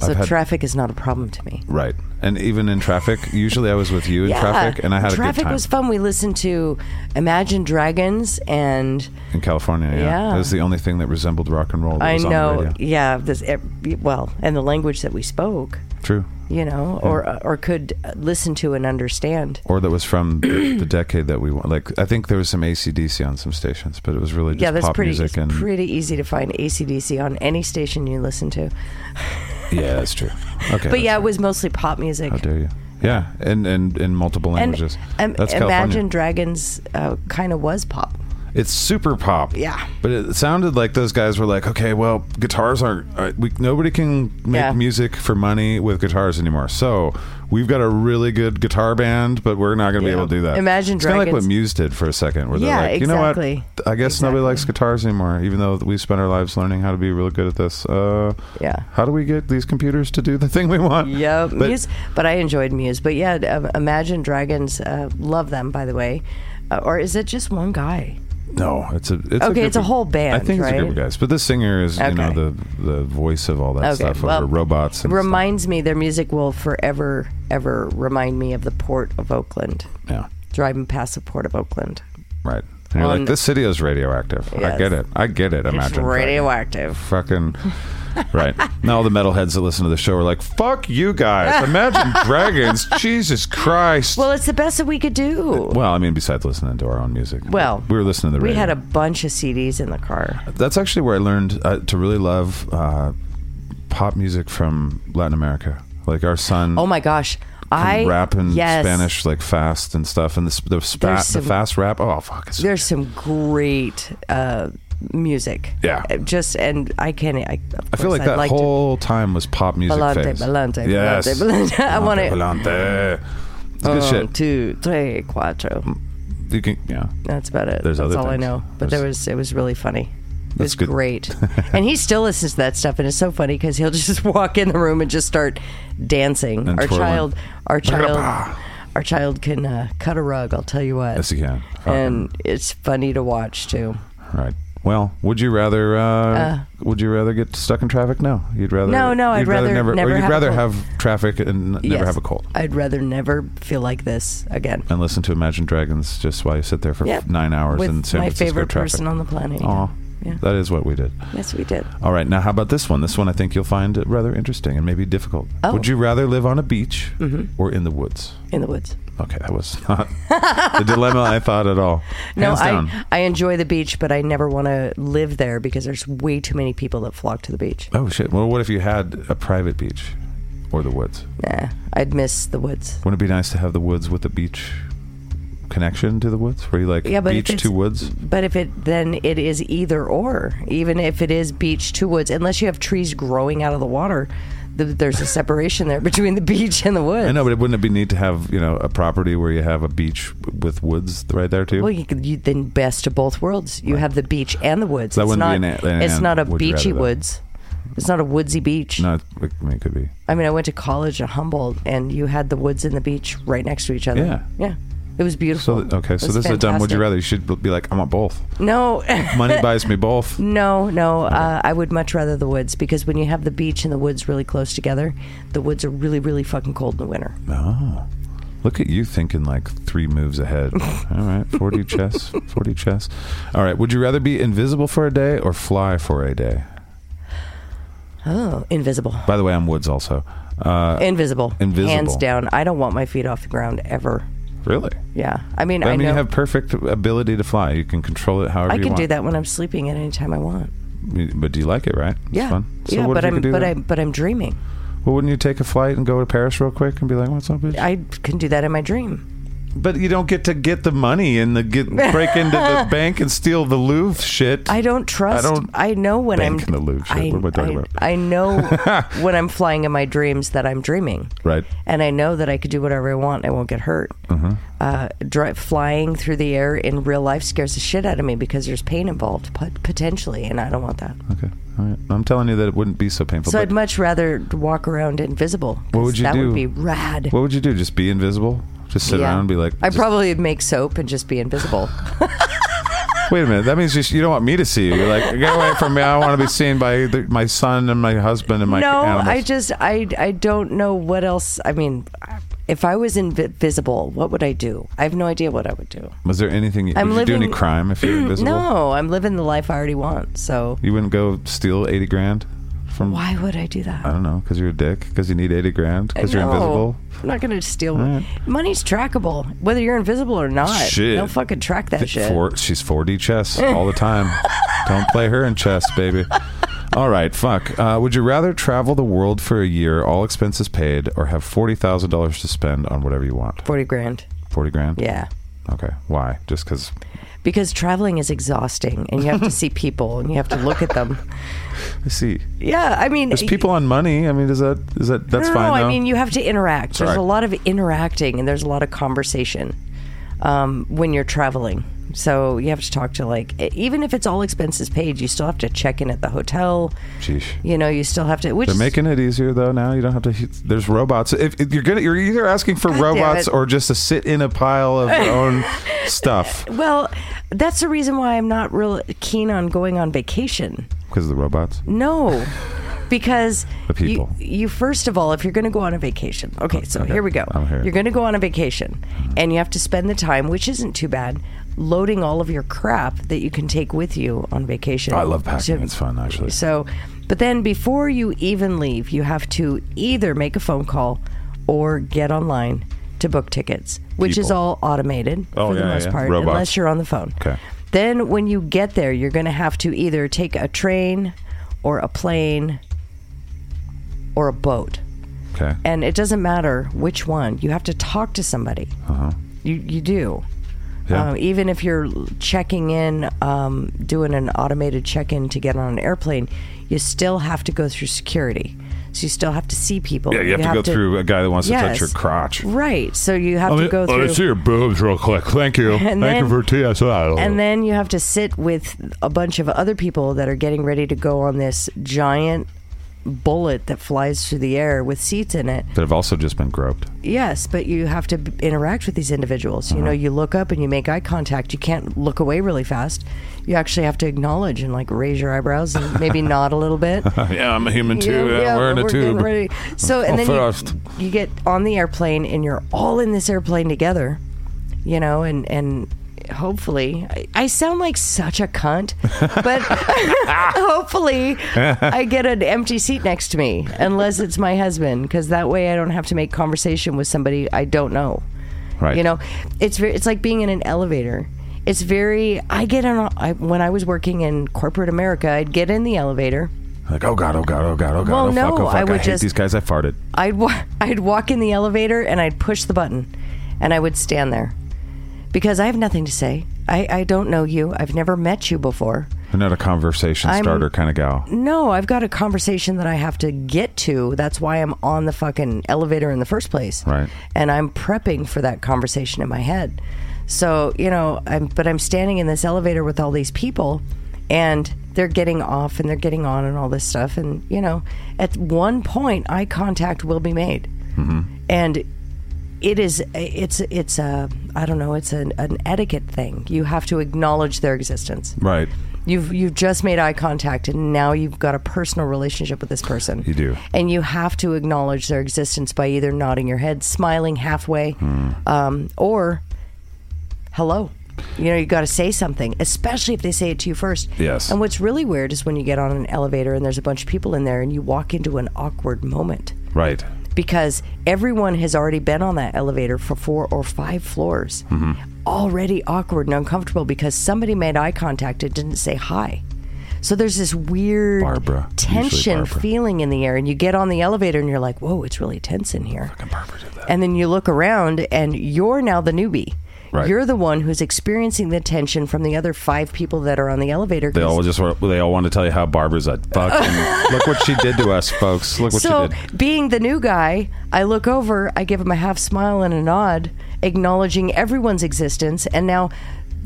So
I've had-
traffic is not a problem to me.
Right. And even in traffic, usually I was with you in traffic, and I had
traffic
a good time
was fun. We listened to Imagine Dragons and
in California. Yeah.
Yeah.
that was the only thing that resembled rock and roll. That
I
was On the
know,
radio.
yeah, this eh, well, and the language that we spoke,
True.
you know, or uh, or could listen to and understand.
Or that was from the, the decade that we want. Like, I think there was some ACDC on some stations, but it was really just
yeah, that's
pop
pretty
music.
it's
and
pretty easy to find ACDC on any station you listen to.
Yeah, that's true. Okay.
But yeah, it was mostally pop music.
How dare you? Yeah, and and in multiple
And
languages.
um,
that's
Imagine
California.
Dragons uh, kind of was pop.
It's super pop.
Yeah.
But it sounded like those guys were like, okay, well, guitars aren't. Uh, we, nobody can make
Yeah.
music for money with guitars anymore. So we've got a really good guitar band, but we're not going to
Yeah.
be able to do that.
Imagine
it's kinda like what
Dragons.
Muse did for a second, where
Yeah,
they're like, you know
exactly.
what? I guess nobody
Exactly.
likes guitars anymore, even though we spent our lives learning how to be really good at this. Uh,
Yeah.
How do we get these computers to do the thing we want?
Yeah,
But-
Muse, but I enjoyed Muse. But um, yeah, uh, Imagine Dragons, uh, love them by the way. Uh, or is it just one guy?
No, it's a it's
Okay,
a
it's a
group of-
whole band,
I think it's a group
right?
of guys, but this singer is you know
Okay.
the the voice of all that stuff over robots. And
reminds me their music will forever ever remind me of the port of Oakland.
stuff.
Driving past the port of Oakland.
yeah, right. And you're
On-
like, this city is radioactive. I
Yes.
get it. I get it.
It's
Imagine Dragons.
radioactive.
fucking right now all the metalheads that listen to the show are like fuck you guys imagine dragons jesus christ
Well, it's the best that we could do.
Well, i mean besides listening to our own music
Well,
we were listening to the
We
radio.
had a bunch of CDs in the car.
that's actually where i learned uh, to really love uh, pop music from latin america like our son
Oh my gosh. I
can rap in
yes,
Spanish like fast and stuff, and the sp- the, spa-
There's some-
the fast rap. Oh fuck! It's,
There's some great uh, music.
Yeah.
Uh, Just and I can't. I, of
I feel
course
like
I'd
that
like to-
whole time was pop music
Volante,
phase.
volante,
yes.
volante, volante. I Um, want it.
Volante. It's good
One,
shit.
two, three, cuatro.
You can, yeah.
That's about it.
There's
That's
other
all I
things.
know. But there was it was really funny. It was
good.
great. and he still listens to that stuff and it's so funny because he'll just walk in the room and just start dancing.
And
our
twirling.
child our child our child can uh, cut a rug, I'll tell you what.
Yes, you can. Fuck.
and it's funny to watch too.
Right. Well, would you rather? Uh, would you rather get stuck in traffic? No, you'd rather.
No, no, I'd
you'd
rather
never.
never
or you'd
have a
rather
cold.
have traffic and n- never
Yes.
have a cold.
I'd rather never feel like this again.
And listen to Imagine Dragons just while you sit there for
Yep.
nine hours
With
in San
my
Francisco
favorite
traffic.
person on the planet.
Aw,
Yeah.
that is what we did.
Yes, we did.
All right, now how about this one? This one I think you'll find rather interesting and maybe difficult.
Oh. Mm-hmm.
Would you rather live on a beach or in the woods?
In the woods.
Okay, that was not the dilemma I thought at all. Hands
no,
down.
I I enjoy the beach, but I never want to live there because there's way too many people that flock to the beach.
Oh shit. Well, what if you had a private beach or the woods?
Nah, I'd miss the woods.
Wouldn't it be nice to have the woods with the beach connection to the woods? Where you like
Yeah, but if
beach to
it's-
woods?
But if it then it is either or, even if it is beach to woods, unless you have trees growing out of the water, th there's a separation there between the beach and the woods.
I know, but it- wouldn't it be neat to have you know a property where you have a beach w- with woods right there too?
Well, you, could- you then best of both worlds. You have the beach and the woods.
That
it's
wouldn't
not.
be an- an-
it's not a
would you rather,
beachy
though?
woods. It's not a woodsy beach.
no, it, I mean, it could be.
I mean, I went to college at Humboldt, and you had the woods and the beach right next to each other.
Yeah.
yeah, it was
So
beautiful.
th- okay, so
It was
this is a dumb. Would you
fantastic.
rather? You should b- be like, I want both.
No,
Money buys me both.
no, no. Uh, I would much rather the woods because when you have the beach and the woods really close together, the woods are really, really fucking cold in the winter.
Oh, look at you thinking like three moves ahead. All right, forty chess, forty chess. All right, would you rather be invisible for a day or fly for a day?
Oh, invisible,
By the way, I'm woods also. Uh,
invisible,
Invisible.
hands down. I don't want my feet off the ground ever.
really?
Yeah, I mean, I,
I, mean,
know.
you have perfect ability to fly. You can control it however
I
you
can
want.
do that when I'm sleeping at any time I want.
that. But do you like it, right?
Yeah,
It's fun. So
yeah,
what if
but
you could
I'm
do
but
that?
I'm but I'm dreaming.
Well, wouldn't you take a flight and go to Paris real quick and be like, "What's up, bitch?"
I can do that in my dream.
but you don't get to get the money and the get break into the bank and steal the Louvre shit.
I don't trust. I,
don't
know when I'm.
bank in the Louvre. Shit,
I,
what am I talking
I-
about?
I know when I'm flying in my dreams that I'm dreaming.
right.
and I know that I could do whatever I want. I won't get hurt.
Mm-hmm.
Uh, dri flying through the air in real life scares the shit out of me because there's pain involved, pot- potentially, and I don't want that.
Okay. All right. I'm telling you that it wouldn't be so painful.
So
but
I'd much rather walk around invisible. 'cause
would you
that
do?
would be rad.
what would you do? Just be invisible? Just sit
Yeah.
around and be like,
I
just-
probably would make soap and just be invisible.
Wait a minute. That means you, sh- you don't want me to see you. You're like, get away from me. I don't want to be seen by the, my son and my husband and my
no,
animals.
I just I I don't know what else. I mean, if I was invisible, what would I do? I have no idea what I would do.
Was there anything?
I'm
would you do any
living-
crime if you're invisible?
No, I'm living the life I already want. So
You wouldn't go steal eighty grand from.
why would I do that?
I don't know, because you're a dick. Because you need eighty grand. Because Uh, you're
No,
invisible.
I'm not going to steal.
right.
Money's trackable, whether you're invisible or not.
Shit.
Don't fucking track that shit.
Four, she's 4D chess all the time. don't play her in chess, baby. All right, fuck. Uh, would you rather travel the world for a year, all expenses paid, or have forty thousand dollars to spend on whatever you want?
40 grand.
Forty grand.
Yeah.
Okay. Why? Just because?
Because traveling is exhausting and you have to see people and you have to look at them.
I see.
Yeah, I mean,
There's people on money. I mean, is that is that that's
no, no,
fine
no,
though?
I mean, you have to interact. There's
right.
a lot of interacting and there's a lot of conversation. um, when you're traveling. So you have to talk to like e- even if it's all expenses paid, you still have to check in at the hotel.
Sheesh.
You know, you still have to. Which
They're
is-
making it easier though now. You don't have to. There's robots. If, if you're gonna, you're either asking for
God damn
robots
it.
or just to sit in a pile of your own stuff
well, that's the reason why I'm not real keen on going on vacation.
because of the robots.
No, because
The people.
You, you first of all, if you're going to go on a vacation, okay, so
Okay,
here we go.
I'm here.
You're going to go on a vacation, and you have to spend the time, which isn't too bad, loading all of your crap that you can take with you on vacation.
I love packing.
To-
It's fun actually.
So, but then before you even leave, you have to either make a phone call or get online to book tickets, which is
People.
all automated
Oh,
for the
yeah,
most
yeah.
part,
Robots.
unless you're on the phone.
Okay.
Then when you get there, you're going to have to either take a train or a plane or a boat.
Okay.
And it doesn't matter which one. You have to talk to somebody.
Uh-huh.
You, you do.
Yeah.
Um, even if you're checking in, um, doing an automated check in to get on an airplane, you still have to go through security. So you still have to see people.
yeah, you have to go through a guy that wants to touch
Yes.
your crotch.
Right. So you have to go
Let me see
through.
your boobs real quick. Thank you.
And
Thank you for
then-
TSI.
And then you have to sit with a bunch of other people that are getting ready to go on this giant bullet that flies through the air with seats in it.
That have also just been groped.
Yes, but you have to b- interact with these individuals. You know, you look up and you make eye contact. You can't look away really fast. You actually have to acknowledge and like raise your eyebrows and maybe nod a little bit.
Yeah, I'm a human
Yeah, yeah, we're getting ready. So and then
first.
you, you get on the airplane and you're all in this airplane together. You know, and and hopefully I, I sound like such a cunt, but hopefully I get an empty seat next to me unless it's my husband because that way I don't have to make conversation with somebody I don't know.
Right.
You know, it's very, it's like being in an elevator. It's very. I get on. a- I, when I was working in corporate America, I'd get in the elevator.
Like oh god, oh god, oh god, oh god.
Well,
oh fuck,
no,
oh fuck.
I
I,
would
hate
just-
these guys. I farted.
I'd wa- I'd walk in the elevator and I'd push the button, and I would stand there, because I have nothing to say. I, I don't know you. I've never met you before.
I'm not a conversation
I'm-
starter kind of gal.
No, I've got a conversation that I have to get to. That's why I'm on the fucking elevator in the first place.
Right.
And I'm prepping for that conversation in my head. So, you know, I'm but I'm standing in this elevator with all these people and they're getting off and they're getting on and all this stuff and, you know, at one point eye contact will be made. And it is it's it's a I don't know, it's an, an etiquette thing. You have to acknowledge their existence.
Right.
You've you've just made eye contact, and now you've got a personal relationship with this person.
You do.
and you have to acknowledge their existence by either nodding your head, smiling halfway,
Hmm.
um, or hello. You know, you got to say something, especially if they say it to you first.
Yes.
And what's really weird is when you get on an elevator and there's a bunch of people in there, and you walk into an awkward moment
Right.
because everyone has already been on that elevator for four or five floors.
Mm-hmm.
Already awkward and uncomfortable because somebody made eye contact and didn't say hi. So there's this weird
Barbara. Usually
tension
Barbara.
feeling in the air, and you get on the elevator and you're like, "Whoa, it's really tense in here."
Barbara did that.
And then you look around and you're now the newbie.
Right.
You're the one who's experiencing the tension from the other five people that are on the elevator.
They
'cause
all just were- they all want to tell you how Barbara's a fucking look what she did to us, folks. Look what
so
she did.
being the new guy i look over i give him a half smile and a nod acknowledging everyone's existence and now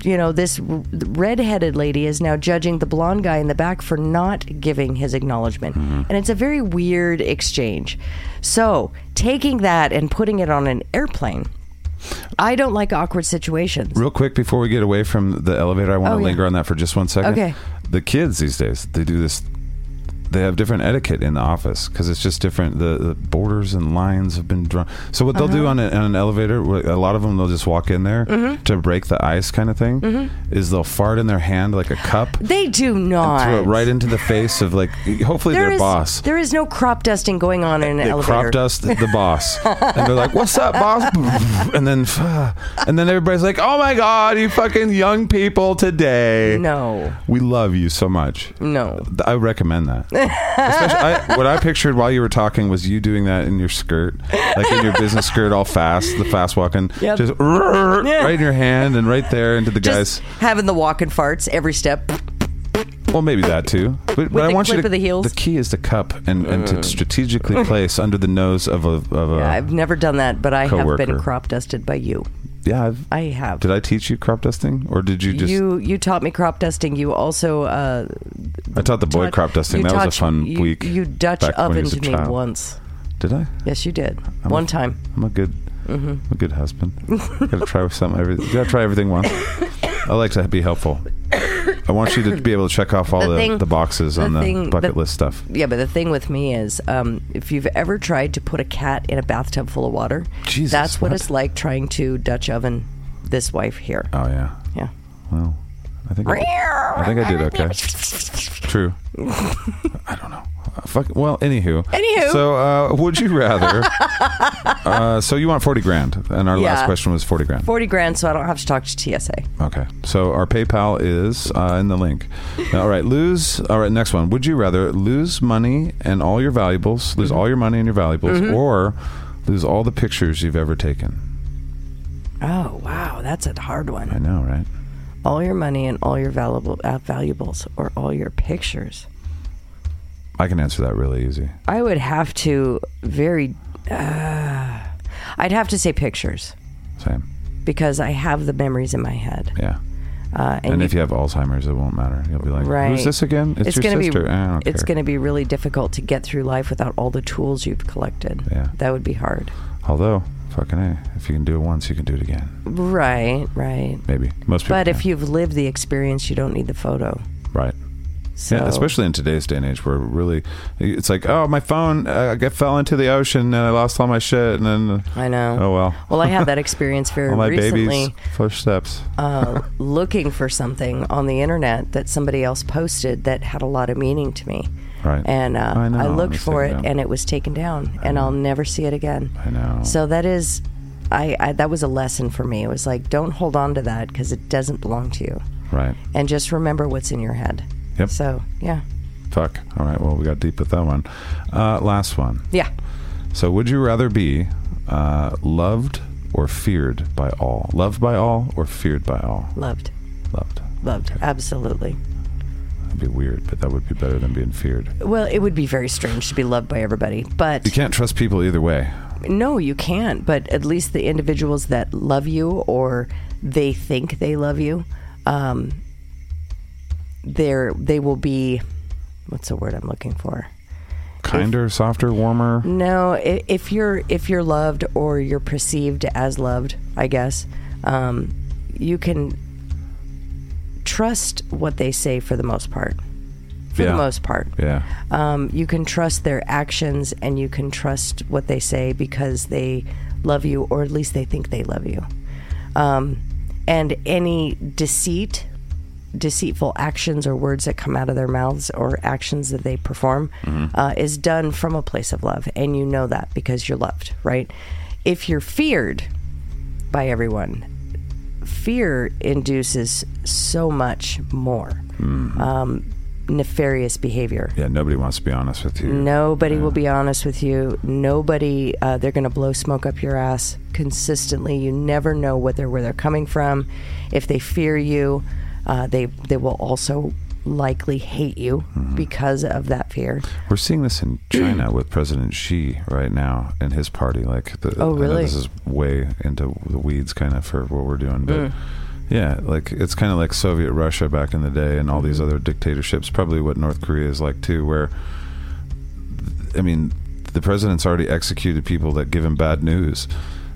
you know this r- red-headed lady is now judging the blonde guy in the back for not giving his acknowledgment
Mm-hmm.
and it's a very weird exchange so taking that and putting it on an airplane i don't like awkward situations
Real quick before we get away from the elevator, I want
Oh,
to
yeah.
linger on that for just one second.
Okay.
The kids these days, they do this. They have different etiquette in the office because it's just different. The, the borders and lines have been drawn. So what they'll do
Uh-huh.
on, a, on an elevator, wh- a lot of them they'll just walk in there
Mm-hmm.
to break the ice, kind of thing. Is they'll fart in their hand like a cup,
they do
and
not
throw it right into the face of like hopefully
There
their
is-
boss.
there is no crop dusting going on in an
They
elevator
crop dust the boss, and they're like, "What's up, boss?" And then, and then everybody's like, "Oh my god, you fucking young people today!"
no Mm.
we love you so much.
no
Th- I recommend that. Especially, I, what I pictured while you were talking was you doing that in your skirt, like in your business skirt, all fast, the fast walking,
Yep.
just right in your hand and right there into the
just
guy's.
having the walk and farts every step.
Well, maybe that too. But, but
With
I
the
want you
clip
to.
of the heels? Mm.
key is to cup and, and to strategically place under the nose of a. Of a
I've never done that, but I have
Coworker.
been crop dusted by you.
Yeah, I've,
I have.
did I teach you crop dusting, or did you just?
you you taught me crop dusting. You also uh,
I taught the boy
taught-
crop dusting.
you
That was
touch-
a fun
you-
week.
You Dutch
back when he was
ovened
a
me
child.
once.
Did I?
Yes, you did.
I'm
One
a-
time.
I'm a good,
Mm-hmm.
I'm a good husband. gotta try with something. Every, gotta try everything once. I like to be helpful. I want you to be able to check off all
The
the,
thing-
the boxes
the
on the
thing-
bucket
the-
list stuff.
Yeah, but the thing with me is, um, if you've ever tried to put a cat in a bathtub full of water,
Jesus,
that's what,
what?
it's like trying to Dutch oven this wife here.
Oh yeah.
Yeah.
Well, I think I, I think I did okay. True. I don't know. Uh, Fuck. Well, anywho.
Anywho.
So, uh, would you rather? uh, so you want forty grand, and our last
Yeah.
question was forty grand.
Forty grand, so I don't have to talk to TSA.
Okay. So our PayPal is uh, in the link. All right. Lose. All right. Next one. Would you rather lose money and all your valuables, lose
Mm-hmm.
all your money and your valuables, or lose all the pictures you've ever taken?
Oh wow, that's a hard
I
one.
know, right?
All your money and all your valuable uh, valuables, or all your pictures.
I can answer that really easy.
I would have to very. Uh, I'd have to say pictures
Same.
because I have the memories in my head.
Yeah.
Uh,
And, if you have Alzheimer's, it won't matter. You'll be like,
Right.
"Who's this again? It's, your
gonna
sister."
Be,
I don't
it's
care.
going to be really difficult to get through life without all the tools you've collected.
Yeah.
That would be hard.
Although, fucking a, if you can do it once, you can do it again.
Right, right.
Maybe most people.
But
can.
if you've lived the experience, you don't need the photo.
right.
So,
Yeah, especially in today's day and age, where really, it's like, oh, my phone, uh, I got- fell into the ocean and I lost all my shit, and then
I know.
oh well,
Well, I had that experience very
all my baby's
recently
first steps.
uh, looking for something on the internet that somebody else posted that had a lot of meaning to me.
Right.
And uh,
I know,
I
it
looked
was
for it
taken down.
and it was taken down, and I'll never see it again.
I know.
So that is, I, I that was a lesson for me. It was like, don't hold on to that because it doesn't belong to you,
right.
and just remember what's in your head.
Yep.
So yeah,
Fuck. All right. Well, we got deep with that one. Uh, last one.
yeah.
So, would you rather be uh, loved or feared by all? Loved by all or feared by all?
Loved,
Loved.
loved, absolutely.
That'd be weird, but that would be better than being feared.
Well, it would be very strange to be loved by everybody, but
You can't trust people either way.
no, you can't. But at least the individuals that love you or they think they love you, um, they're they will be. What's the word I'm looking for?
Kinder, softer, warmer.
No, i- if you're if you're loved or you're perceived as loved, I guess um, you can trust what they say for the most part. For
Yeah.
the most part,
Yeah.
um, you can trust their actions and you can trust what they say because they love you, or at least they think they love you. Um, and any deceit, deceitful actions or words that come out of their mouths or actions that they perform uh, is done from a place of love. And you know that because you're loved, right? If you're feared by everyone, fear induces so much more um, nefarious behavior.
Yeah, nobody wants to be honest with you.
Nobody
Mm.
will be honest with you. Nobody, uh, they're going to blow smoke up your ass consistently. You never know what they're where they're coming from. If they fear you, uh, they they will also likely hate you
Mm-hmm.
because of that fear.
We're seeing this in China with President Xi right now and his party. Like, the, I
Oh,
know
really?
this is way into the weeds, kind of for what we're doing, but.
Mm.
Yeah, like it's kind of like Soviet Russia back in the day, and all
Mm-hmm.
these other dictatorships. Probably what North Korea is like too, where I mean, the president's already executed people that give him bad news.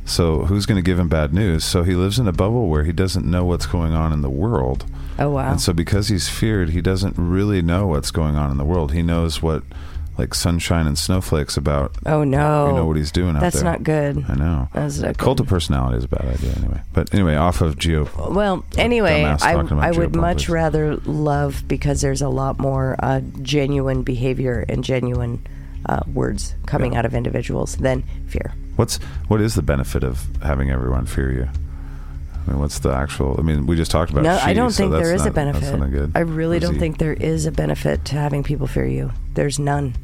So who's going to give him bad news? So he lives in a bubble where he doesn't know what's going on in the world.
Oh wow!
And so because he's feared, he doesn't really know what's going on in the world. He knows what like sunshine and snowflakes about.
oh no!
you know what he's doing out
That's
there.
not good.
I know.
That's not
Cult
good.
of personality is a bad idea anyway. But anyway, off of geo.
Well, anyway,
dumbass
I,
talking about
I would much
geopolitics.
rather love because there's a lot more uh, genuine behavior and genuine uh, words coming
Yeah.
out of individuals than fear.
What's what is the benefit of having everyone fear you? I mean, what's the actual? I mean, we just talked about.
No,
she,
I don't
so
think
that's
there is a
not- that's
benefit.
not good.
I really
Is
don't
he-
think there is a benefit to having people fear you. There's none.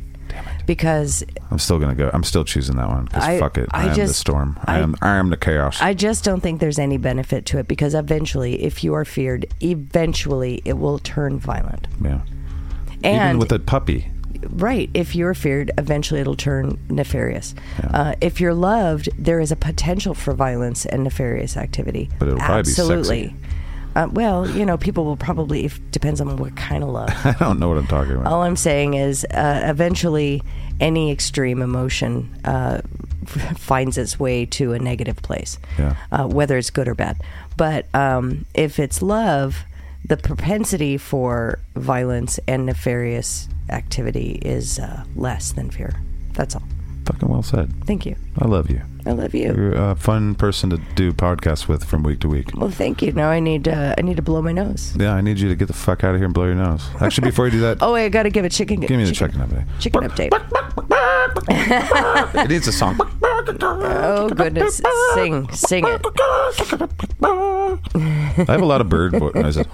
Because
I'm still gonna go. I'm still choosing that one
I-
because fuck it.
I
I, am the
just-
storm. I,
I-
am. I am the chaos.
I just don't think there's any benefit to it because eventually if you are feared, eventually it will turn violent.
yeah.
And
Even with a puppy,
right. If you're feared, eventually it'll turn nefarious. Uh, if you're loved, there is a potential for violence and nefarious activity.
But it'll probably be sexy.
absolutely. Uh, well, you know, people will probably. If, depends on what kind of love.
I don't know what I'm talking about.
All I'm saying is, uh, eventually, any extreme emotion uh, finds its way to a negative place,
Yeah.
uh, whether it's good or bad. But um, if it's love, the propensity for violence and nefarious activity is uh, less than fear. That's all.
Fucking well said.
Thank you.
I love you.
I love you.
You're a fun person to do podcasts with from week to week.
Well, thank you. Now I need uh, I need to blow my nose.
Yeah, I need you to get the fuck out of here and blow your nose. Actually, before you do that,
Oh, I gotta give a chicken.
give me the
chicken,
chicken update.
chicken update.
It needs a song.
Oh goodness, sing, sing it.
I have a lot of bird vo- noises.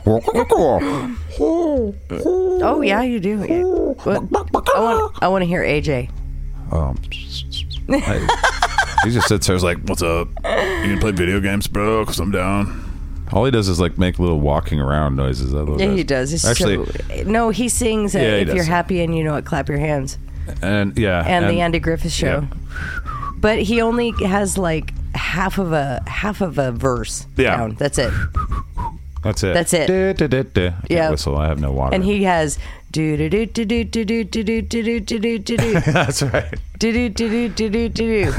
Oh yeah, you do. Yeah. Well, I want I want to hear AJ.
Um, I- he just sits there, is like,
What's up? You can play video games, bro? Cause I'm down.
all he does is like make little walking around noises. I love
Yeah,
this.
he does. He's
Actually,
so, no, he sings uh,
Yeah, he
if you're
does.
happy and you know it, clap your hands.
and yeah,
And, the Andy Griffith show.
yeah.
But he only has like half of a half of a verse
Yeah.
down. That's it.
That's it.
That's it.
Da, da, da, da. I can't
Yeah.
whistle. I have no water.
And he has do do do do do do do do do do do do do do
That's right.
do do do do do do.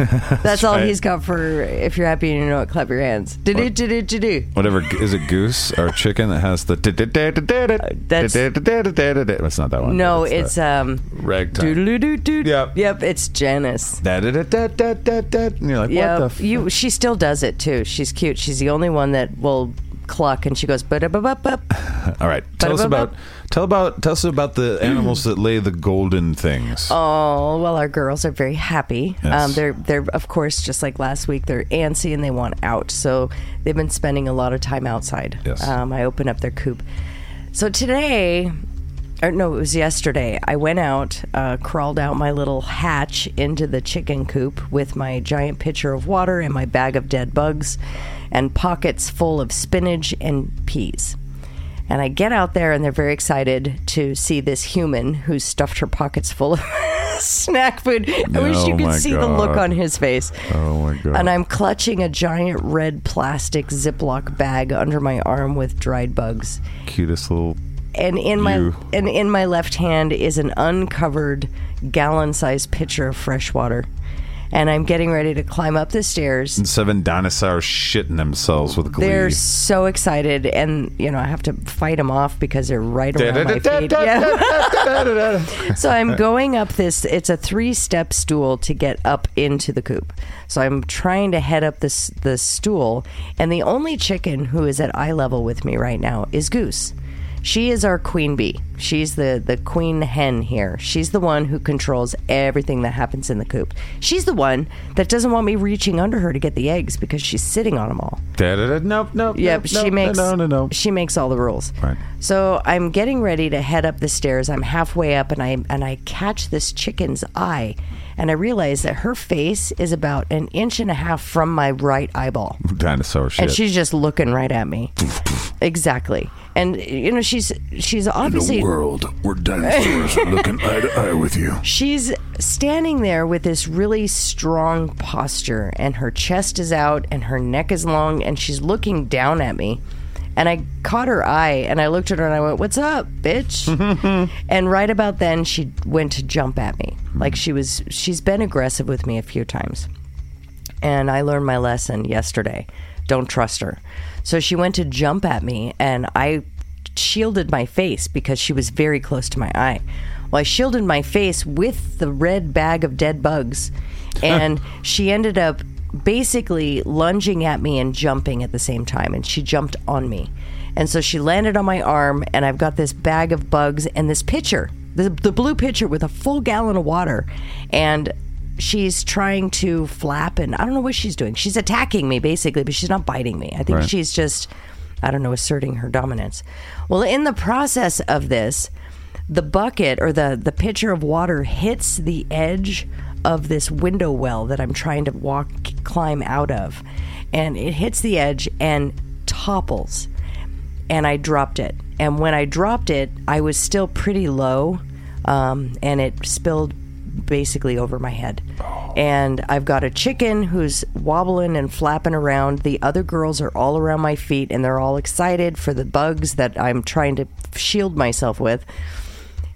That's all
right.
he's got for if you're happy and you know it, clap your hands. Do do do do do do.
Whatever g- is it, goose or chicken that has the da, da, da, da, da, da,
Uh, That's-
da, da, da, da, da, da, da. That's not that one.
No,
the
it's um
ragtime.
Doo-doo-doo-doo.
Yep.
Yep, it's Janice.
Da, da, da, da, da, da, da. And you're like, what
Yep.
the? F-?
you she still does it too. She's cute. She's the only one that will cluck and she goes ba ba ba ba.
All right, tell us
Ba-da-ba-ba.
about tell about tell us about the animals that lay the golden things.
Oh, well our girls are very happy.
Yes.
Um they're they're of course just like last week they're antsy and they want out. So they've been spending a lot of time outside.
Yes.
Um I open up their coop. So today or no, it was yesterday. I went out, uh, crawled out my little hatch into the chicken coop with my giant pitcher of water and my bag of dead bugs and pockets full of spinach and peas. And I get out there and they're very excited to see this human who's stuffed her pockets full of snack food. I wish you
Oh,
could
my
see the look
God.
on his face.
Oh my god!
And I'm clutching a giant red plastic Ziploc bag under my arm with dried bugs
Cutest little.
and in my
You.
and in my left hand is an uncovered gallon-sized pitcher of fresh water. And I'm getting ready to climb up the stairs.
Seven dinosaurs shitting themselves with glee.
They're so excited, and you know I have to fight them off because they're right around my feet. Yeah.
Da-da-da-da-da-da-da-da-da.
So I'm going up this. It's a three-step stool to get up into the coop. So I'm trying to head up this the stool, and the only chicken who is at eye level with me right now is Goose. She is our queen bee. She's the the queen hen here. She's the one who controls everything that happens in the coop. She's the one that doesn't want me reaching under her to get the eggs because she's sitting on them all.
Da-da-da. Nope, nope.
Yep,
nope,
she
nope,
makes
No, no, no.
She makes all the rules.
Right.
So I'm getting ready to head up the stairs. I'm halfway up and I and I catch this chicken's eye and I realize that her face is about an inch and a half from my right eyeball.
Dinosaur shit.
And she's just looking right at me. exactly. And you know she's she's obviously
The world where dinosaurs are looking eye to eye with you.
She's standing there with this really strong posture, and her chest is out, and her neck is long, and she's looking down at me. And I caught her eye, and I looked at her, and I went, "What's up, bitch?" and right about then, she went to jump at me, like she was. She's been aggressive with me a few times, and I learned my lesson yesterday. Don't trust her. So she went to jump at me, and I shielded my face because she was very close to my eye. Well, I shielded my face with the red bag of dead bugs, and she ended up basically lunging at me and jumping at the same time, and she jumped on me. And so she landed on my arm, and I've got this bag of bugs and this pitcher, the, the blue pitcher with a full gallon of water. And she's trying to flap and I don't know what she's doing. She's attacking me basically, but she's not biting me. I think she's just I don't know, asserting her dominance. Well, in the process of this, the bucket or the the pitcher of water hits the edge of this window well that I'm trying to walk climb out of. And it hits the edge and topples and I dropped it. And when I dropped it, I was still pretty low. um, and it spilled basically over my head. And I've got a chicken who's wobbling and flapping around. The other girls are all around my feet and they're all excited for the bugs that I'm trying to shield myself with.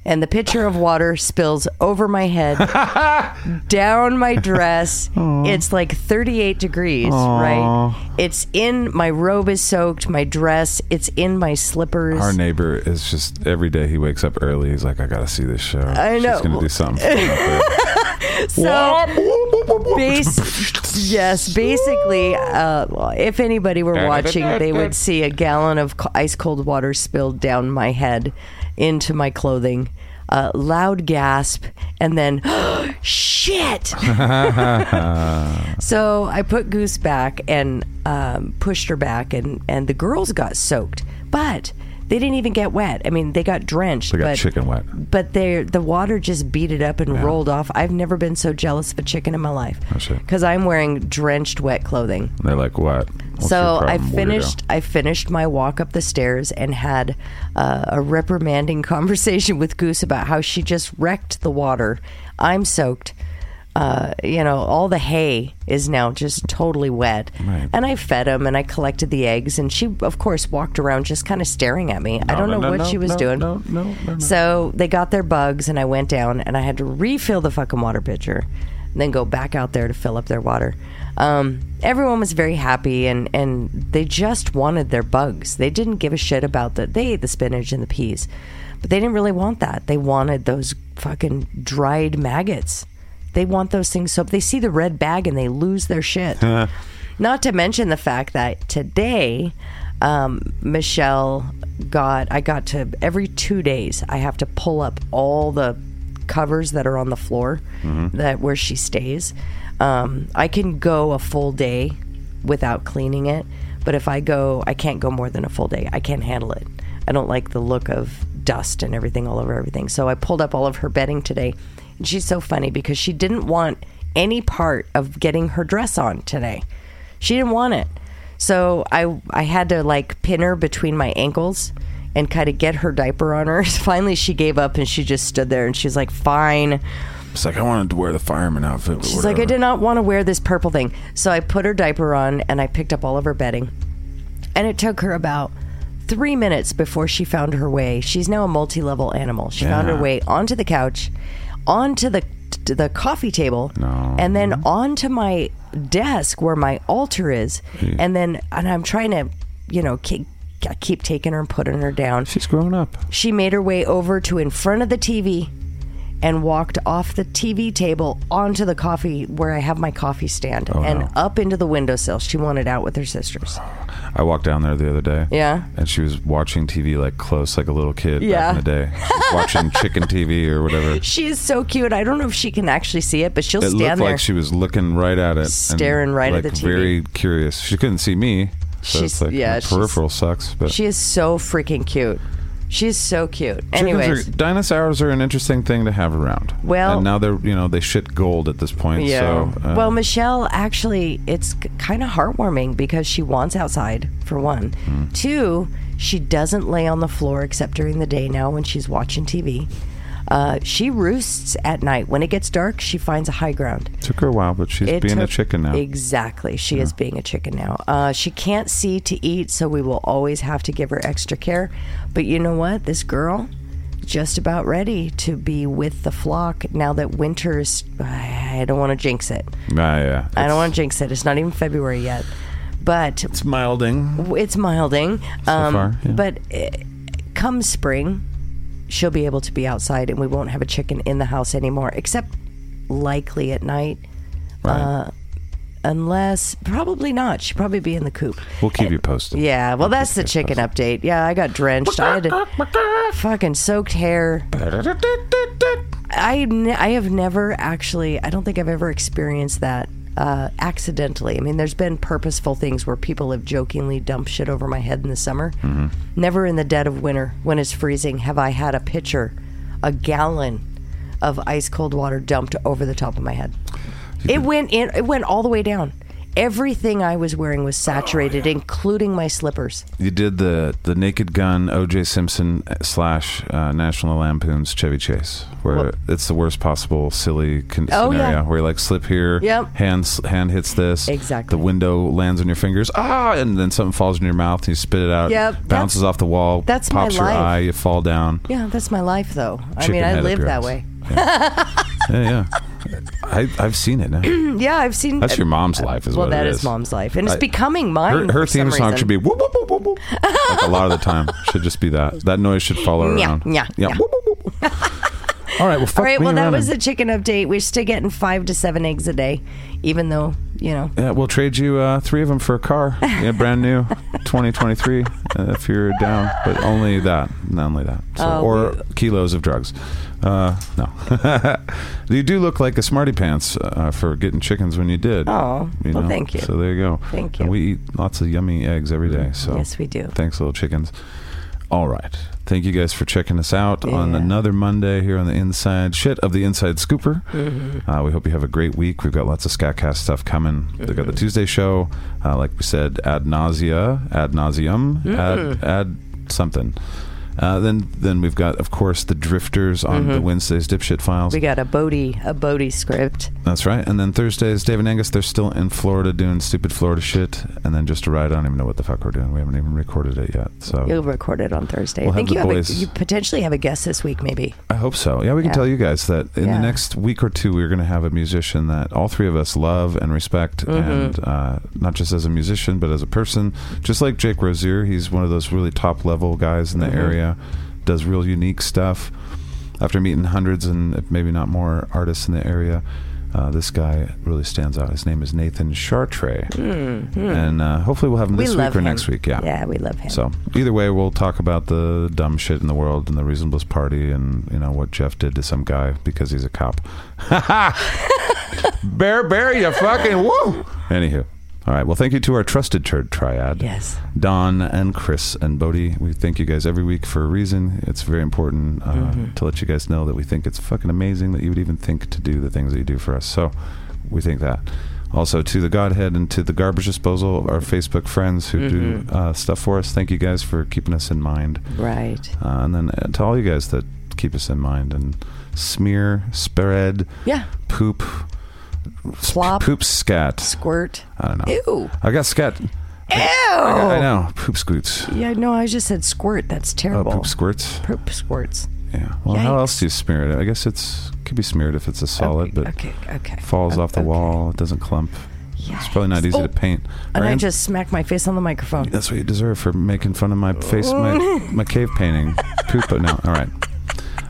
And the pitcher of water spills over my head, down my dress. It's like 38 degrees, right? It's in my robe is soaked, my dress, it's in my slippers.
Our neighbor is just every day he wakes up early. He's like, I gotta see this show.
I
She's
know.
gonna do something. for me out there."
So, base, yes, basically, uh, well, if anybody were watching, they would see a gallon of co- ice cold water spilled down my head into my clothing. A loud gasp, and then shit. so I put Goose back and um, pushed her back, and and the girls got soaked, but they didn't even get wet. I mean, they got drenched.
They got
but
chicken wet.
but they the water just beat it up and rolled off. I've never been so jealous of a chicken in my life
shit.
because I'm wearing drenched wet clothing.
And they're like, What? What's your
so I
problem, weirdo?"
finished I finished my walk up the stairs and had uh, a reprimanding conversation with Goose about how she just wrecked the water. I'm soaked. Uh, you know, all the hay is now just totally wet.
Right.
And I fed him and I collected the eggs. And she, of course, walked around just kind of staring at me. I don't
No,
know
no,
what
no,
she was
no,
doing.
No, no, no, no.
So they got their bugs, and I went down and I had to refill the fucking water pitcher, and then go back out there to fill up their water. Um, everyone was very happy, and and they just wanted their bugs. They didn't give a shit about the. They ate the spinach and the peas, but they didn't really want that. They wanted those fucking dried maggots. They want those things so they see the red bag and they lose their shit. Not to mention the fact that today, um, Michelle got, I got to every two days, I have to pull up all the covers that are on the floor that where she stays. Um, I can go a full day without cleaning it, but if I go, I can't go more than a full day. I can't handle it. I don't like the look of dust and everything all over everything. So I pulled up all of her bedding today. And she's so funny because she didn't want any part of getting her dress on today. She didn't want it. So I I had to like pin her between my ankles and kind of get her diaper on her. Finally she gave up and she just stood there and she's like, "Fine."
It's like I wanted to wear the fireman outfit. but
She's like, I
whatever."
did not want to wear this purple thing. So I put her diaper on and I picked up all of her bedding. And it took her about three minutes before she found her way. She's now a multi level animal. She found her way onto the couch, onto the to the coffee table and then onto my desk where my altar is and then and I'm trying to you know keep, keep taking her and putting her down
She's grown up.
she made her way over to in front of the TV and walked off the TV table onto the coffee where I have my coffee stand
Oh,
and up into the windowsill. She wanted out with her sisters.
I walked down there the other day.
Yeah.
And she was watching TV like close, like a little kid back
Yeah.
in the day. She was watching chicken TV or whatever.
She is so cute. I don't know if she can actually see it, but she'll
It
stand
looked
there.
like she was looking right at it, and,
Staring right
like,
at the TV.
Very curious. She couldn't see me. So
She's-
it's like
yeah,
my
she's-
peripheral sucks. But
she is so freaking cute. She's so cute.
Chickens
Anyways,
are, dinosaurs are an interesting thing to have around.
Well-
and now they're you know they shit gold at this point. So uh,
well, Michelle, actually, it's kind of heartwarming because she wants outside, for one.
Hmm.
Two, she doesn't lay on the floor except during the day now when she's watching TV. Uh, she roosts at night. When it gets dark, she finds a high ground.
took her a while, but she's
It
being a
took-
chicken now.
Exactly. She is being a chicken now. Uh, she can't see to eat, so we will always have to give her extra care. But you know what? This girl, just about ready to be with the flock now that winter's. I don't want to jinx it.
Ah, yeah.
I don't
It's-
want to jinx it. It's not even February yet, but
It's milding.
it's milding. um,
far, yeah.
But eh, come spring, she'll be able to be outside, and we won't have a chicken in the house anymore, except likely at night, uh,
Right.
unless probably not. She'll probably be in the coop. Eh,
we'll keep you posted.
Yeah, well, that's the chicken update. Yeah, I got drenched. I had a fucking soaked hair. I ne- I have never actually. I don't think I've ever experienced that uh, accidentally. I mean, there's been purposeful things where people have jokingly dumped shit over my head in the summer.
Mm-hmm.
Never in the dead of winter when it's freezing have I had a pitcher, a gallon of ice cold water dumped over the top of my head. It went in. It went all the way down. Everything I was wearing was saturated,
Oh,
including my slippers.
You did the the Naked Gun, O.J. Simpson slash uh, National Lampoon's Chevy Chase, where
Well-
it's the worst possible silly con-
Oh,
scenario
yeah.
where you like slip here,
Yep.
hand s- hand hits this,
Exactly.
The window lands on your fingers, ah, and then something falls in your mouth, and you spit it out,
Yep,
bounces
that's-
off the wall,
that's my
pops your
life.
eye, you fall down.
Yeah, that's my life, though. I
Chicken
mean,
head
I
up
live
your
that
ass.
way.
Yeah, yeah. I, I've seen it now.
Mm, Yeah, I've seen.
That's your mom's life, is
Uh, well,
what
that
it
is.
is.
mom's life, and it's
I-
becoming mine.
Her, her
for some
theme song
reason.
should be whoop, whoop, whoop, whoop, whoop. like a lot of the time. Should just be that. That noise should follow her
Yeah,
around.
yeah, yeah.
whoop, whoop, whoop. All right. Well, fuck
All right.
me
Well, that
around
was the
and-
chicken update. We're still getting five to seven eggs a day, even though you know.
Yeah, we'll trade you uh, three of them for a car, yeah, brand new, 2023, uh, if you're down. But only that, not only that. So,
Oh,
or kilos of drugs. Uh, no, you do look like a smarty pants uh, for getting chickens when you did.
Oh, well, thank you.
So there you go.
Thank
And
you.
we eat lots of yummy eggs every day. So
Yes, we do.
Thanks, little chickens. All right. Thank you guys for checking us out on
Yeah.
another Monday here on the Inside Shit of the Inside Scooper.
Mm-hmm.
Uh, we hope you have a great week. We've got lots of Scatcast stuff coming. We've
Mm-hmm.
got the Tuesday show, uh, like we said, ad nausea, ad nauseum,
Mm-hmm.
ad, ad something. Uh, then, then we've got, of course, the Drifters on the Wednesday's Dipshit Files.
Mm-hmm. We got a Bodie, a Bodie script.
That's right. And then Thursdays, Dave and Angus, they're still in Florida doing stupid Florida shit. And then just a ride. I don't even know what the fuck we're doing. We haven't even recorded it yet. So
You'll record it on Thursday.
We'll have
I think
the
you have
boys-
a, you potentially have a guest this week, maybe.
I hope so. Yeah, we can
Yeah.
tell you guys that in the
Yeah.
next week or two, we're going to have a musician that all three of us love and respect, and uh, not just as a musician, but as a person. Just like Jake Rozier, he's one of those really top level guys in the
Mm-hmm.
area, does real unique stuff. After meeting hundreds and if maybe not more artists in the area, uh, this guy really stands out. His name is Nathan Chartre, and uh, hopefully we'll have him
We
this
love
week or
him.
next week.
Yeah, we love him.
So either way, we'll talk about the dumb shit in the world and the reasonless party and you know what Jeff did to some guy because he's a cop. bear, bear, you fucking woo. Anywho, all right. Well, thank you to our trusted church triad.
Yes.
Don and Chris and Bodhi. We thank you guys every week for a reason. It's very important uh, to let you guys know that we think it's fucking amazing that you would even think to do the things that you do for us. So we think that. Also to the Godhead and to the Garbage Disposal, our Facebook friends who do uh, stuff for us. Thank you guys for keeping us in mind.
Right.
Uh, and then uh, to all you guys that keep us in mind and smear, spread,
Yeah.
poop, sp-
Plop.
poop scat.
Squirt.
I don't know.
Ew. Oh.
I got scat.
Ew.
I know. Poop scoots.
Yeah, no, I just said squirt. That's
Oh,
terrible.
poop squirts.
Poop squirts.
Yeah. Well, how
Yikes.
else do you smear it? I guess it's could be smeared if it's a solid, but
okay, okay.
falls
O-
off the
okay.
wall. It doesn't clump. It's probably not
Yikes.
easy
Oh,
to paint.
And I
Rand,
just smacked my face on the microphone.
that's what you deserve for making fun of my face, my, my cave painting. Poop. But no, all right.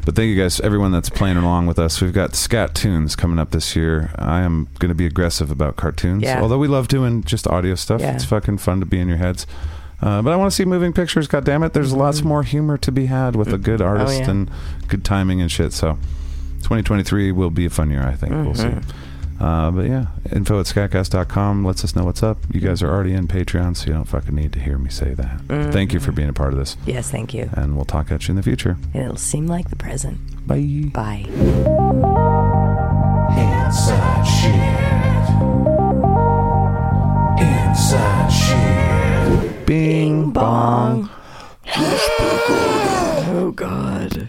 But thank you guys, everyone that's playing along with us. We've got scat tunes coming up this year. I am going to be aggressive about cartoons,
Yeah.
although we love doing just audio stuff.
Yeah.
It's fucking fun to be in your heads. Uh, but I want to see moving pictures. God damn it! There's lots
Mm-hmm.
more humor to be had with a good artist
yeah.
and good timing and shit. So, 2023 will be a fun year. I think we'll see. Uh, but yeah, info at scatcast.com lets us know what's up. You guys are already in Patreon, so you don't fucking need to hear me say that. Thank you for being a part of this,
Yes, thank you.
and we'll talk at you in the future.
And it'll seem like the present.
Bye.
Bye.
Inside shit. Inside shit.
Bing bong. Oh, God. Oh,